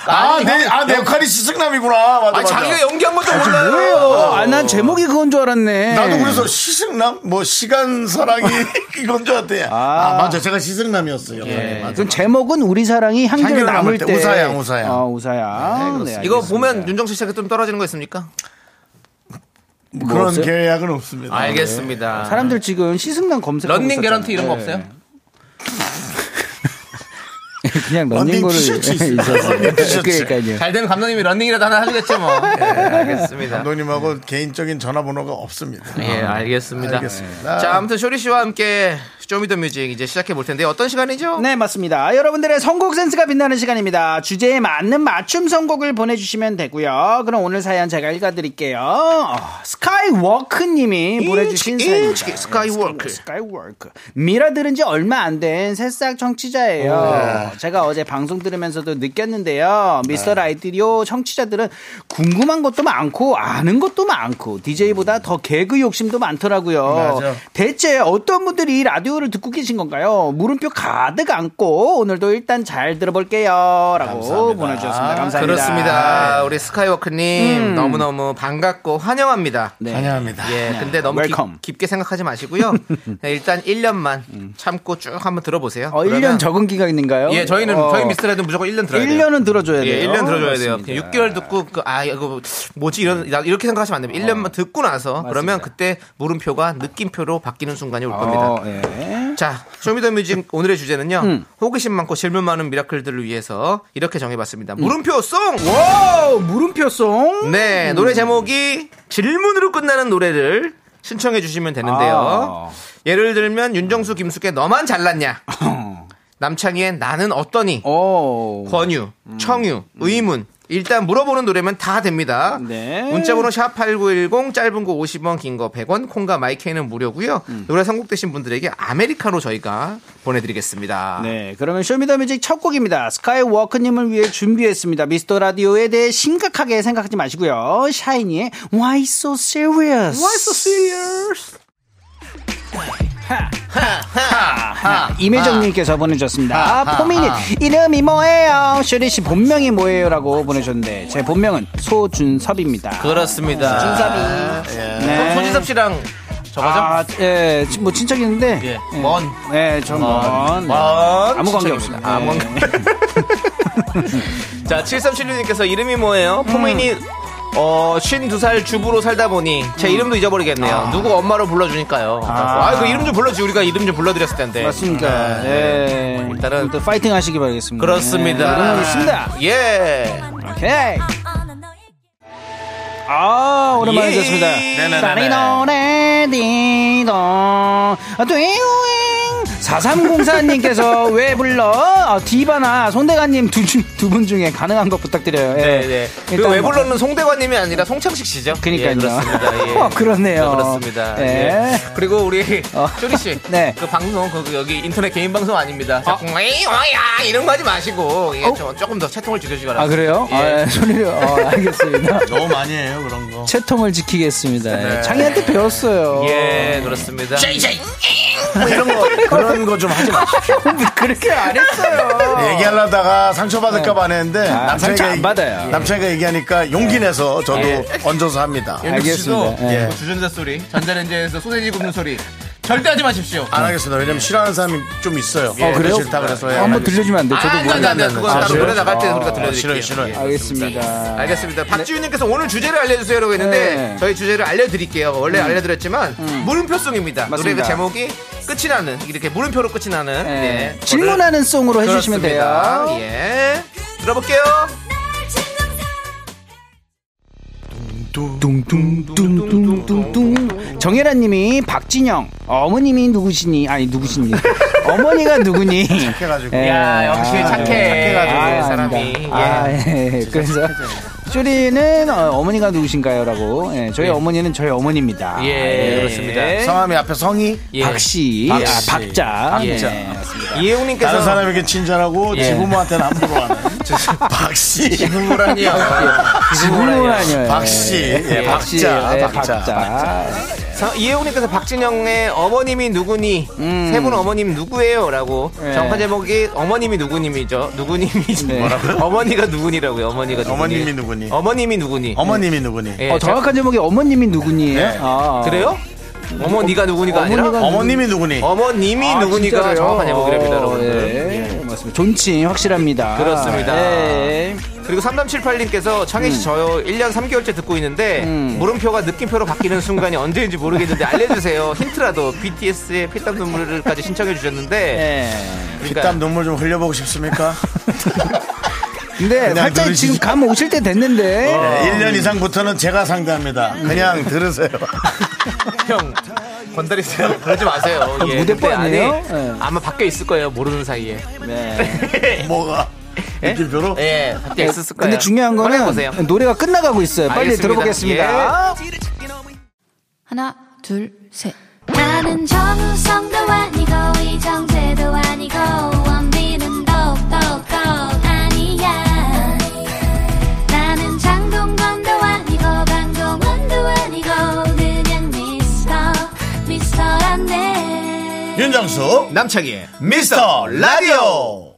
Speaker 1: 아, 내, 아, 내 역할이 시승남이구나. 맞아,
Speaker 2: 네.
Speaker 1: 뭐,
Speaker 2: 아니,
Speaker 1: 맞아.
Speaker 2: 자기가 연기한 것도 몰라요.
Speaker 8: 뭐예요? 아, 난 제목이 그건 줄 알았네.
Speaker 1: 나도 그래서 시승남? 뭐, 시간 사랑이 이건 줄 알았대. 아, 맞아. 제가 시승남이었어요. 네, 맞아.
Speaker 8: 그럼 제목은 우리 사랑이 향기로
Speaker 1: 향기로
Speaker 8: 남을
Speaker 1: 남을
Speaker 8: 때.
Speaker 1: 때. 우사양, 우사양.
Speaker 8: 아, 우사양. 네,
Speaker 2: 이거
Speaker 8: 알겠습니다.
Speaker 2: 보면 윤정수 씨가 좀 떨어지는 거 있습니까?
Speaker 1: 뭐 그런
Speaker 8: 없어요?
Speaker 1: 계약은 없습니다.
Speaker 2: 알겠습니다.
Speaker 8: 사람들 네. 지금 시승난 검색.
Speaker 2: 런닝 개런티 이런 거 없어요?
Speaker 8: 네. 그냥 런닝
Speaker 1: 런닝
Speaker 8: 거를
Speaker 1: 티셔츠 있어요.
Speaker 8: 있었어요.
Speaker 1: 런닝 티셔츠.
Speaker 8: 그러니까요.
Speaker 2: 잘 되면 감독님이 런닝이라도 하나 하시겠죠 뭐. 예, 알겠습니다.
Speaker 1: 감독님하고 네. 개인적인 전화번호가 없습니다.
Speaker 2: 예, 알겠습니다.
Speaker 1: 알겠습니다.
Speaker 2: 자, 아무튼 쇼리 씨와 함께 쇼미더뮤직 이제 시작해 볼 텐데 어떤 시간이죠?
Speaker 8: 네, 맞습니다. 여러분들의 선곡 센스가 빛나는 시간입니다. 주제에 맞는 맞춤 선곡을 보내주시면 되고요. 그럼 오늘 사연 제가 읽어드릴게요. 어, 스카이워크님이 보내주신
Speaker 2: 인치,
Speaker 8: 사연입니다.
Speaker 2: 인치, 스카이워크.
Speaker 8: 예,
Speaker 1: 네.
Speaker 8: 스카이워크. 미라 들은 지 얼마 안 된 새싹 청취자예요.
Speaker 2: 네.
Speaker 8: 제가 어제 방송 들으면서도 느꼈는데요. 미스터 라이디오 청취자들은 궁금한 것도 많고 아는 것도 많고 DJ보다 더 개그 욕심도 많더라고요.
Speaker 1: 맞아.
Speaker 8: 대체 어떤 분들이 이 라디오를 듣고 계신 건가요? 물음표 가득 안고 오늘도 일단 잘 들어볼게요. 라고
Speaker 2: 아,
Speaker 8: 보내주셨습니다. 감사합니다. 네. 음.
Speaker 2: 그렇습니다. 우리 스카이워크님 너무너무 반갑고 환영합니다.
Speaker 8: 네.
Speaker 1: 환영합니다.
Speaker 2: 예, 근데 너무
Speaker 8: 웰컴.
Speaker 2: 깊, 게 생각하지 마시고요. 그냥 일단 1년만 참고 쭉 한번 들어보세요.
Speaker 8: 음. 어, 1년 적응 기간인가요?
Speaker 2: 예, 저희는
Speaker 8: 어,
Speaker 2: 저희 미스터라도 무조건 1년 들어야 돼요.
Speaker 8: 1년은 들어줘야 돼요.
Speaker 2: 예, 1년 들어줘야 돼요.
Speaker 8: 그렇습니다.
Speaker 2: 그냥 6개월 듣고 그, 아 이거 뭐지 이런 나 이렇게 생각하시면 안 됩니다. 1년만
Speaker 8: 어.
Speaker 2: 듣고 나서 그러면 그때 물음표가 느낌표로 바뀌는 순간이 올 겁니다.
Speaker 8: 어, 음. 예.
Speaker 2: 자, 쇼미더뮤직 오늘의 주제는요. 호기심 많고 질문 많은 미라클들을 위해서 이렇게 정해봤습니다. 물음표 송.
Speaker 8: 와우, 어, 물음표송.
Speaker 2: 네, 노래 제목이 질문으로 끝나는 노래를 신청해 주시면 되는데요.
Speaker 8: 아.
Speaker 2: 예를 들면 윤정수, 김숙의 너만 잘났냐? 남창희의 나는 어떠니?
Speaker 8: 오. 음.
Speaker 2: 권유, 청유, 의문. 일단 물어보는 노래면 다 됩니다.
Speaker 8: 네.
Speaker 2: 문자번호 샵8910 짧은 거 50원, 긴 거 100원, 콩과 마이케이는 무료고요.
Speaker 8: 음.
Speaker 2: 노래 선곡되신 분들에게 아메리카노 저희가 보내드리겠습니다.
Speaker 8: 네, 그러면 쇼미더뮤직 첫 곡입니다. 스카이워크님을 위해 준비했습니다. 미스터 라디오에 대해 심각하게 생각하지 마시고요. 샤이니의 예, Why So Serious. Why So Serious. 임혜정님께서 네, 보내주셨습니다. 포미닛 이름이 뭐예요? 슈리 씨 본명이 뭐예요?라고 보내주셨는데 제 본명은 소준섭입니다.
Speaker 2: 그렇습니다. 준섭이.
Speaker 8: 네.
Speaker 2: 손진섭 씨랑 저거죠?
Speaker 8: 아, 예, 지- 뭐 친척이 있는데
Speaker 2: 예. 먼.
Speaker 8: 예, 전 먼. 네.
Speaker 2: 먼
Speaker 8: 아무 관계
Speaker 2: 친척입니다.
Speaker 8: 없습니다.
Speaker 2: 아,
Speaker 8: 예.
Speaker 2: 먼 자, 7376님께서 이름이 뭐예요?
Speaker 8: 음.
Speaker 2: 포미닛 어, 52살 주부로 살다 보니 제
Speaker 8: 음.
Speaker 2: 이름도 잊어버리겠네요.
Speaker 8: 아.
Speaker 2: 누구 엄마로 불러주니까요. 아, 그 이름 좀 불러주. 우리가 이름 좀 불러드렸을 텐데.
Speaker 8: 맞습니까? 예.
Speaker 2: 일단은
Speaker 8: 또 파이팅 하시기 바라겠습니다.
Speaker 2: 그렇습니다.
Speaker 8: 예, 응원하고 있습니다.
Speaker 2: 예.
Speaker 8: 오케이. 아, 오랜만에
Speaker 2: 예.
Speaker 8: 듣습니다.
Speaker 2: 네네네네.
Speaker 8: 따리노레디노, 띠우잉. 4304님께서 왜 불러? 아, 디바나 손대가님 두, 분 중에 가능한 것 부탁드려요. 예.
Speaker 2: 네네. 그리고
Speaker 8: 일단
Speaker 2: 왜
Speaker 8: 뭐-
Speaker 2: 불렀는 송대관님이 아니라 송창식 씨죠?
Speaker 8: 그러니까요.
Speaker 2: 예, 그렇습니다. 예.
Speaker 8: 어, 그렇네요.
Speaker 2: 그렇습니다.
Speaker 8: 예.
Speaker 2: 예. 그리고 우리
Speaker 8: 어.
Speaker 2: 쇼리 씨.
Speaker 8: 네.
Speaker 2: 그 방송 그 여기 인터넷 개인 방송 아닙니다. 자꾸 에이, 와야 이런 거 하지 마시고 예,
Speaker 8: 어?
Speaker 2: 좀- 조금 더 채통을 지켜주기 바랍니다.
Speaker 8: 아, 그래요?
Speaker 2: 예.
Speaker 8: 아, 소리를, 어, 알겠습니다.
Speaker 1: 너무 많이 해요, 그런 거.
Speaker 2: 네.
Speaker 8: 채통을 지키겠습니다. 예, 창희한테 배웠어요.
Speaker 2: 예, 그렇습니다.
Speaker 1: 뭐 이런 거 그런 거 좀 하지 마십시오.
Speaker 8: 그렇게 안 했어요.
Speaker 1: 얘기하려다가 상처받을까봐 안 했는데
Speaker 8: 아, 상처 안 받아요. 네.
Speaker 1: 남편이가 얘기하니까 용기 내서 저도
Speaker 2: 예.
Speaker 1: 얹어서 합니다.
Speaker 2: 씨도
Speaker 8: 알겠습니다. 예.
Speaker 2: 뭐 주전자 소리, 전자레인지에서 소세지 굽는 소리 절대 하지 마십시오.
Speaker 1: 안 하겠습니다. 왜냐면 싫어하는 사람이 좀 있어요.
Speaker 8: 네. 어, 그래요?
Speaker 1: 싫다 그래서 예,
Speaker 8: 한번
Speaker 1: 알겠습니다.
Speaker 8: 들려주면 안 돼? 아, 저도
Speaker 2: 안 돼, 안 돼, 안 돼.
Speaker 1: 모르겠네.
Speaker 2: 그건
Speaker 1: 아,
Speaker 2: 따로 노래
Speaker 1: 싫어요?
Speaker 2: 나갈 때
Speaker 1: 아,
Speaker 2: 우리가 들려드릴게요.
Speaker 1: 싫어요, 싫어요.
Speaker 2: 예.
Speaker 8: 알겠습니다.
Speaker 2: 알겠습니다. 박지윤님께서 오늘 주제를 알려주세요라고 했는데
Speaker 8: 네. 음.
Speaker 2: 저희 주제를 알려드릴게요. 원래 알려드렸지만 물음표송입니다. 노래 그
Speaker 8: 맞습니다.
Speaker 2: 제목이 끝이 나는 이렇게 물음표로 끝이 나는
Speaker 8: 예.
Speaker 2: 예.
Speaker 8: 질문하는 송으로 해주시면
Speaker 2: 그렇습니다.
Speaker 8: 돼요.
Speaker 2: 예. 들어볼게요.
Speaker 8: 뚱뚱뚱뚱뚱 정혜라님이 박진영 어머님이 누구시니 아니 누구시니 어머니가 누구니
Speaker 1: 착해가지고.
Speaker 8: 예.
Speaker 2: 야, 역시
Speaker 8: 아,
Speaker 2: 착해.
Speaker 8: 착해가지고
Speaker 2: 아,
Speaker 8: 사람이
Speaker 2: 사람이.
Speaker 8: 아, 예. 그래서 쇼리는 어, 머니가 누구신가요라고 예, 저희 어머니는 저희 어머니입니다
Speaker 2: 예,
Speaker 8: 예.
Speaker 2: 그렇습니다.
Speaker 1: 네. 성함이 앞에 성이
Speaker 8: 네.
Speaker 2: 예.
Speaker 8: 박씨
Speaker 1: 박씨.
Speaker 8: 아, 박자
Speaker 2: 예.
Speaker 8: 네.
Speaker 2: 이혜웅님께서
Speaker 1: 다른 사람에게 친절하고
Speaker 8: 예.
Speaker 1: 지부모한테는 함부로 하는 박씨
Speaker 2: 지부모라니요.
Speaker 8: 지금은
Speaker 2: 지부모라니요.
Speaker 8: 아니에요.
Speaker 1: 박씨. 예,
Speaker 8: 예,
Speaker 1: 박자,
Speaker 8: 예,
Speaker 1: 박자,
Speaker 2: 자, 이혜웅님께서 박진영의 어머님이 누구니?
Speaker 8: 음.
Speaker 2: 세 분 어머님 누구예요? 라고
Speaker 8: 예.
Speaker 2: 정확한 제목이 어머님이 누구님이죠? 누구님이지?
Speaker 8: 네.
Speaker 2: 뭐라고요? 어머니가 누구니라고요? 어머니가 누구니?
Speaker 1: 어머님이 누구니?
Speaker 2: 어머님이 누구니?
Speaker 1: 어머님이 누구니?
Speaker 2: 예,
Speaker 8: 어, 정확한 제목이 어머님이 누구니에요
Speaker 1: 예.
Speaker 8: 아,
Speaker 2: 자, 그래요? 어머니가 누구니가 아니라
Speaker 8: 어머니가
Speaker 1: 어머님이 누구니?
Speaker 2: 어머님이
Speaker 8: 아,
Speaker 2: 누구니가
Speaker 8: 진짜로요?
Speaker 2: 정확한 제목이랍니다,
Speaker 8: 어,
Speaker 2: 여러분들.
Speaker 8: 예, 맞습니다. 존칭 확실합니다.
Speaker 2: 그렇습니다.
Speaker 8: 예.
Speaker 2: 그리고 3778님께서 창희 씨 저요 1년 3개월째 듣고 있는데
Speaker 8: 음.
Speaker 2: 물음표가 느낌표로 바뀌는 순간이 언제인지 모르겠는데 알려주세요. 힌트라도 BTS의 피땀 눈물까지 신청해 주셨는데
Speaker 8: 예.
Speaker 1: 땀 눈물 좀 흘려보고 싶습니까?
Speaker 8: 근데
Speaker 1: 그냥
Speaker 8: 살짝
Speaker 1: 누르시죠.
Speaker 8: 지금 감 오실 때
Speaker 2: 어,
Speaker 8: 됐는데.
Speaker 1: 네, 1년 이상부터는 제가 상대합니다. 그냥 들으세요.
Speaker 2: 형 건드리세요. 그러지 마세요.
Speaker 8: 그럼 아, 무대뽀
Speaker 2: 근데 안에
Speaker 8: 아니에요? 예.
Speaker 2: 아마 밖에 있을 거예요. 모르는 사이에.
Speaker 8: 네.
Speaker 1: 뭐가? 느낌표로?
Speaker 2: 예, 밖에 있었을 거예요.
Speaker 8: 근데 중요한 거는 음.
Speaker 2: 보세요.
Speaker 8: 노래가 끝나가고 있어요. 빨리
Speaker 2: 알겠습니다. 예.
Speaker 8: 들어보겠습니다.
Speaker 5: 하나, 둘, 셋. 나는 정우성도 아니고, 이정재도 아니고, 원빈은 더욱더 아니야. 나는 장동건도 아니고, 강동원도 아니고, 그냥 미스터, 미스터란데.
Speaker 8: 예.
Speaker 1: 윤정수
Speaker 2: 남창희의
Speaker 1: 미스터 라디오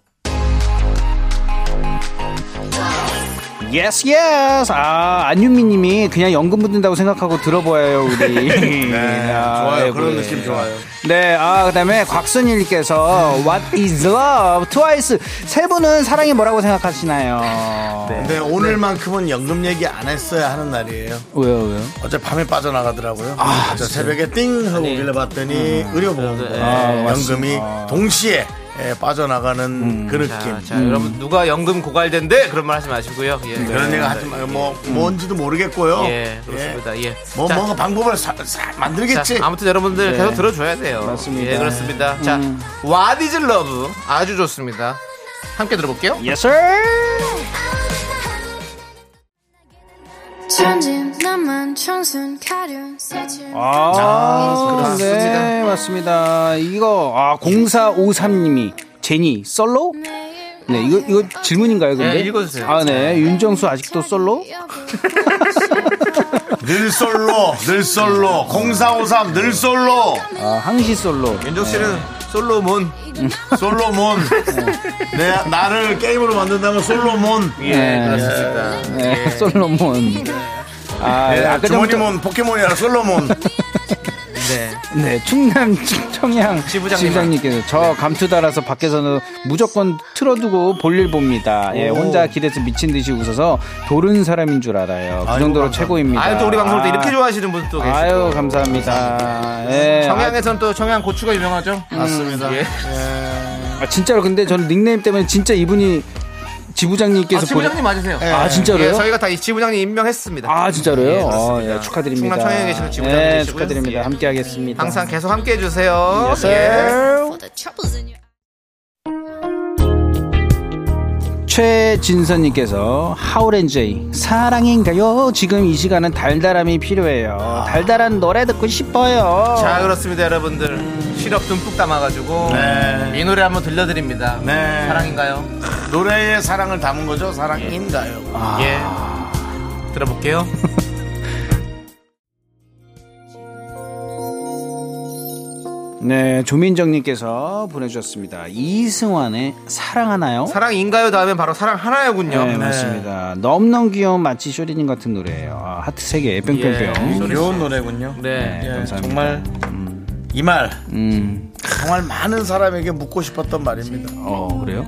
Speaker 8: 예스 예스. 아, 안윤미 님이 그냥 연금 묻는다고 생각하고 들어봐요, 우리.
Speaker 1: 네,
Speaker 8: 아,
Speaker 1: 좋아요
Speaker 8: 아이고,
Speaker 1: 그런
Speaker 8: 예.
Speaker 1: 느낌 좋아요
Speaker 8: 네, 아, 그 다음에 곽선일님께서 What is love? 트와이스. 세 분은 사랑이 뭐라고 생각하시나요?
Speaker 2: 네.
Speaker 1: 근데 오늘만큼은 연금 얘기 안 했어야 하는 날이에요
Speaker 8: 왜요, 왜요?
Speaker 1: 어제 밤에 빠져나가더라고요 아, 새벽에 띵 하고 오길래 봤더니
Speaker 2: 음.
Speaker 1: 의료보험
Speaker 2: 아,
Speaker 1: 예, 연금이 동시에 예, 빠져나가는 그 느낌
Speaker 2: 음. 아, 자, 자, 여러분 누가 연금 고갈된데 그런 말 하지 마시고요. 예.
Speaker 1: 네, 그런 얘기 하지 마요 뭐 뭔지도 모르겠고요
Speaker 2: 예, 그렇습니다. 예.
Speaker 1: 뭐
Speaker 2: 자,
Speaker 1: 뭔가 방법을 사- 사- 만들겠지
Speaker 2: 자, 아무튼 여러분들 계속 들어줘야 돼요.
Speaker 8: 네. 맞습니다. 음.
Speaker 2: 예, 그렇습니다. 자, What is love? 아주 좋습니다. 함께 들어볼게요.
Speaker 8: 예스!
Speaker 5: 천진 나만 청순 가련 새침
Speaker 8: 아,
Speaker 2: 그렇습니다.
Speaker 8: 네, 맞습니다. 이거, 아, 0453님이, 제니, 솔로? 네, 이거, 이거 질문인가요, 근데?
Speaker 2: 네, 읽어주세요.
Speaker 8: 아, 네. 윤정수 아직도 솔로?
Speaker 1: 늘 솔로 늘 솔로 0453 늘 솔로
Speaker 8: 아, 항시 솔로.
Speaker 2: 윤종 씨는 솔로몬.
Speaker 1: 솔로몬 내 나를 게임으로 만든다면 솔로몬
Speaker 2: 예, 그렇습니다.
Speaker 8: 네, 솔로몬. 아,
Speaker 1: 예,
Speaker 8: 아까 전부터,
Speaker 1: 주머니몬 포켓몬이라 솔로몬
Speaker 2: 네.
Speaker 8: 네, 충남 청양
Speaker 2: 지부장님.
Speaker 8: 지부장님께서
Speaker 2: 네.
Speaker 8: 저 감투 달아서 밖에서는 무조건 틀어두고 볼일 봅니다. 예, 혼자 길에서 미친 듯이 웃어서 도른 사람인 줄 알아요. 그
Speaker 1: 아이고,
Speaker 8: 정도로
Speaker 1: 감사합니다.
Speaker 8: 최고입니다.
Speaker 2: 아유, 또 우리 방송을 또
Speaker 8: 아.
Speaker 2: 이렇게 좋아하시는 분 또 계시고.
Speaker 8: 아유 감사합니다. 예.
Speaker 2: 청양에서는 또 청양 고추가 유명하죠.
Speaker 8: 음.
Speaker 1: 맞습니다
Speaker 2: 예.
Speaker 8: 아, 진짜로 근데 저는 닉네임 때문에 진짜 이분이
Speaker 2: 아,
Speaker 8: 지부장님께서
Speaker 2: 지부장님 맞으세요?
Speaker 8: 보내... 아 진짜로요?
Speaker 2: 예, 저희가 다 이 지부장님 임명했습니다.
Speaker 8: 아 진짜로요?
Speaker 2: 예, 그렇습니다.
Speaker 8: 아, 예, 축하드립니다.
Speaker 2: 충남 청양에 계시는 지부장님
Speaker 8: 예,
Speaker 2: 계시고요.
Speaker 8: 축하드립니다.
Speaker 2: 예.
Speaker 8: 함께하겠습니다.
Speaker 2: 항상 계속 함께 해주세요.
Speaker 8: 최진선님께서 하울앤제이 사랑인가요? 지금 이 시간은 달달함이 필요해요. 달달한 노래 듣고 싶어요.
Speaker 2: 아. 자 그렇습니다 여러분들 예. 시럽 듬뿍 담아가지고
Speaker 1: 네.
Speaker 2: 이 노래 한번 들려드립니다
Speaker 1: 네.
Speaker 2: 사랑인가요?
Speaker 1: 노래에 사랑을 담은 거죠 사랑인가요
Speaker 2: 예 들어볼게요
Speaker 8: 네, 조민정님께서 보내주셨습니다. 이승환의
Speaker 2: 네.
Speaker 8: 사랑하나요?
Speaker 2: 사랑인가요? 다음엔 바로 사랑 하나요군요.
Speaker 8: 네, 맞습니다. 넘넘 귀여운 마치 쇼리님 같은 노래예요. 아, 하트 세개
Speaker 2: 예.
Speaker 8: 뺑뺑뺑.
Speaker 1: 귀여운 노래군요.
Speaker 2: 네.
Speaker 1: 예,
Speaker 8: 감사합니다.
Speaker 1: 정말 이 말
Speaker 8: 음,
Speaker 1: 정말 많은 사람에게 묻고 싶었던 말입니다.
Speaker 8: 어, 그래요?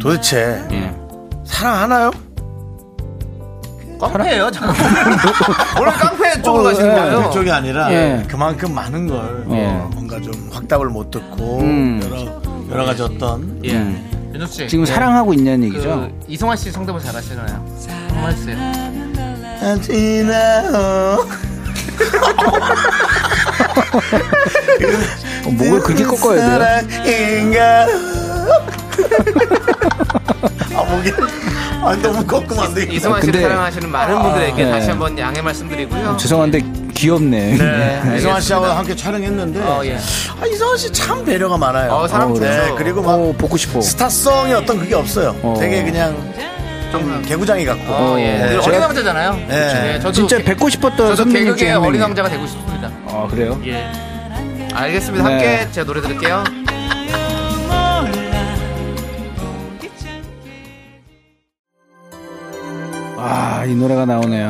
Speaker 1: 도대체
Speaker 8: 예.
Speaker 1: 사랑하나요?
Speaker 2: 깡패예요, 잠깐. 원래 깡패 쪽으로
Speaker 8: 어,
Speaker 2: 가시는 거예요.
Speaker 1: 그쪽이 아니라
Speaker 8: 예.
Speaker 1: 그만큼 많은 걸
Speaker 8: 예.
Speaker 1: 어, 뭔가 좀 확답을 못 듣고
Speaker 8: 음.
Speaker 1: 여러, 여러 가지 어떤
Speaker 2: 예. 윤정 씨.
Speaker 8: 지금
Speaker 2: 예.
Speaker 8: 사랑하고 있냐는 얘기죠?
Speaker 2: 그 이성아 씨 성대모 잘하시나요? 한번 해주세요.
Speaker 8: 어, 목을 그렇게 꺾어야 돼요?
Speaker 1: 사랑인가 아 목이 아, 너무 꺾으면 안 되겠다
Speaker 2: 이성아 씨를
Speaker 8: 근데-
Speaker 2: 사랑하시는 많은 분들에게
Speaker 8: 네. 아,
Speaker 2: 다시 한번 양해 말씀드리고요.
Speaker 8: 죄송한데 귀엽네.
Speaker 2: 네,
Speaker 1: 이성아 씨하고
Speaker 2: 알겠습니다.
Speaker 1: 함께 촬영했는데
Speaker 2: 어, 예.
Speaker 1: 아, 이성아 씨 참 배려가 많아요
Speaker 2: 어, 사람 좋죠.
Speaker 1: 네, 그리고 막
Speaker 8: 어, 보고 싶어.
Speaker 1: 스타성이 어떤 그게 없어요
Speaker 8: 어.
Speaker 1: 되게 그냥 좀 개구장이 같고
Speaker 2: 어, 예.
Speaker 1: 네,
Speaker 2: 어린
Speaker 1: 제가-
Speaker 2: 왕자잖아요.
Speaker 1: 네.
Speaker 2: 저도
Speaker 8: 진짜
Speaker 2: 개-
Speaker 8: 뵙고 싶었던
Speaker 2: 저도
Speaker 8: 선배님 중에
Speaker 2: 개그계의
Speaker 8: 한
Speaker 2: 어린 예.
Speaker 8: 명이에요.
Speaker 2: 왕자가 되고 싶습니다.
Speaker 8: 아, 그래요?
Speaker 2: 알겠습니다.
Speaker 8: 네.
Speaker 2: 함께 제가 노래 들을게요.
Speaker 8: 아, 이 노래가 나오네요.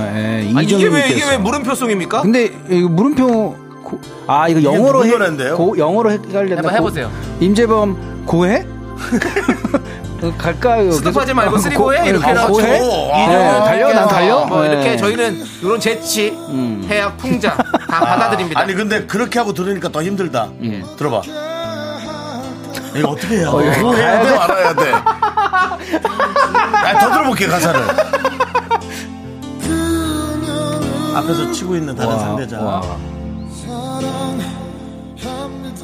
Speaker 2: 아니,
Speaker 8: 예,
Speaker 2: 이게 왜 이게
Speaker 8: 이정현님께서.
Speaker 2: 왜 뭐- 물음표송입니까?
Speaker 8: 근데 이거 물음표 고- 아 이거 영어로
Speaker 1: 무슨 노래인데요?
Speaker 8: 고, 영어로 헷갈렸나?
Speaker 2: 한번
Speaker 8: 고-
Speaker 2: 해보세요.
Speaker 8: 임재범 고해? 어, 갈까요?
Speaker 2: 스톱하지
Speaker 8: 계속-
Speaker 2: 말고
Speaker 8: 아,
Speaker 2: 쓰리고 해?
Speaker 8: 고-
Speaker 2: 이렇게
Speaker 8: 아,
Speaker 2: 해라.
Speaker 8: 고해?
Speaker 1: 오,
Speaker 8: 네,
Speaker 1: 아,
Speaker 8: 달려 난 달려.
Speaker 2: 어, 뭐
Speaker 8: 네. 음.
Speaker 2: 이렇게 저희는 이런 재치, 해약, 풍자 다 받아들입니다.
Speaker 1: 아니 근데 그렇게 하고 들으니까 더 힘들다.
Speaker 8: 예.
Speaker 1: 들어봐. 이거 어떻게 해요? 이거 해야 돼 말아야 돼. 아니, 더 들어볼게 요 가사를. 앞에서 치고 있는 다른 상대자.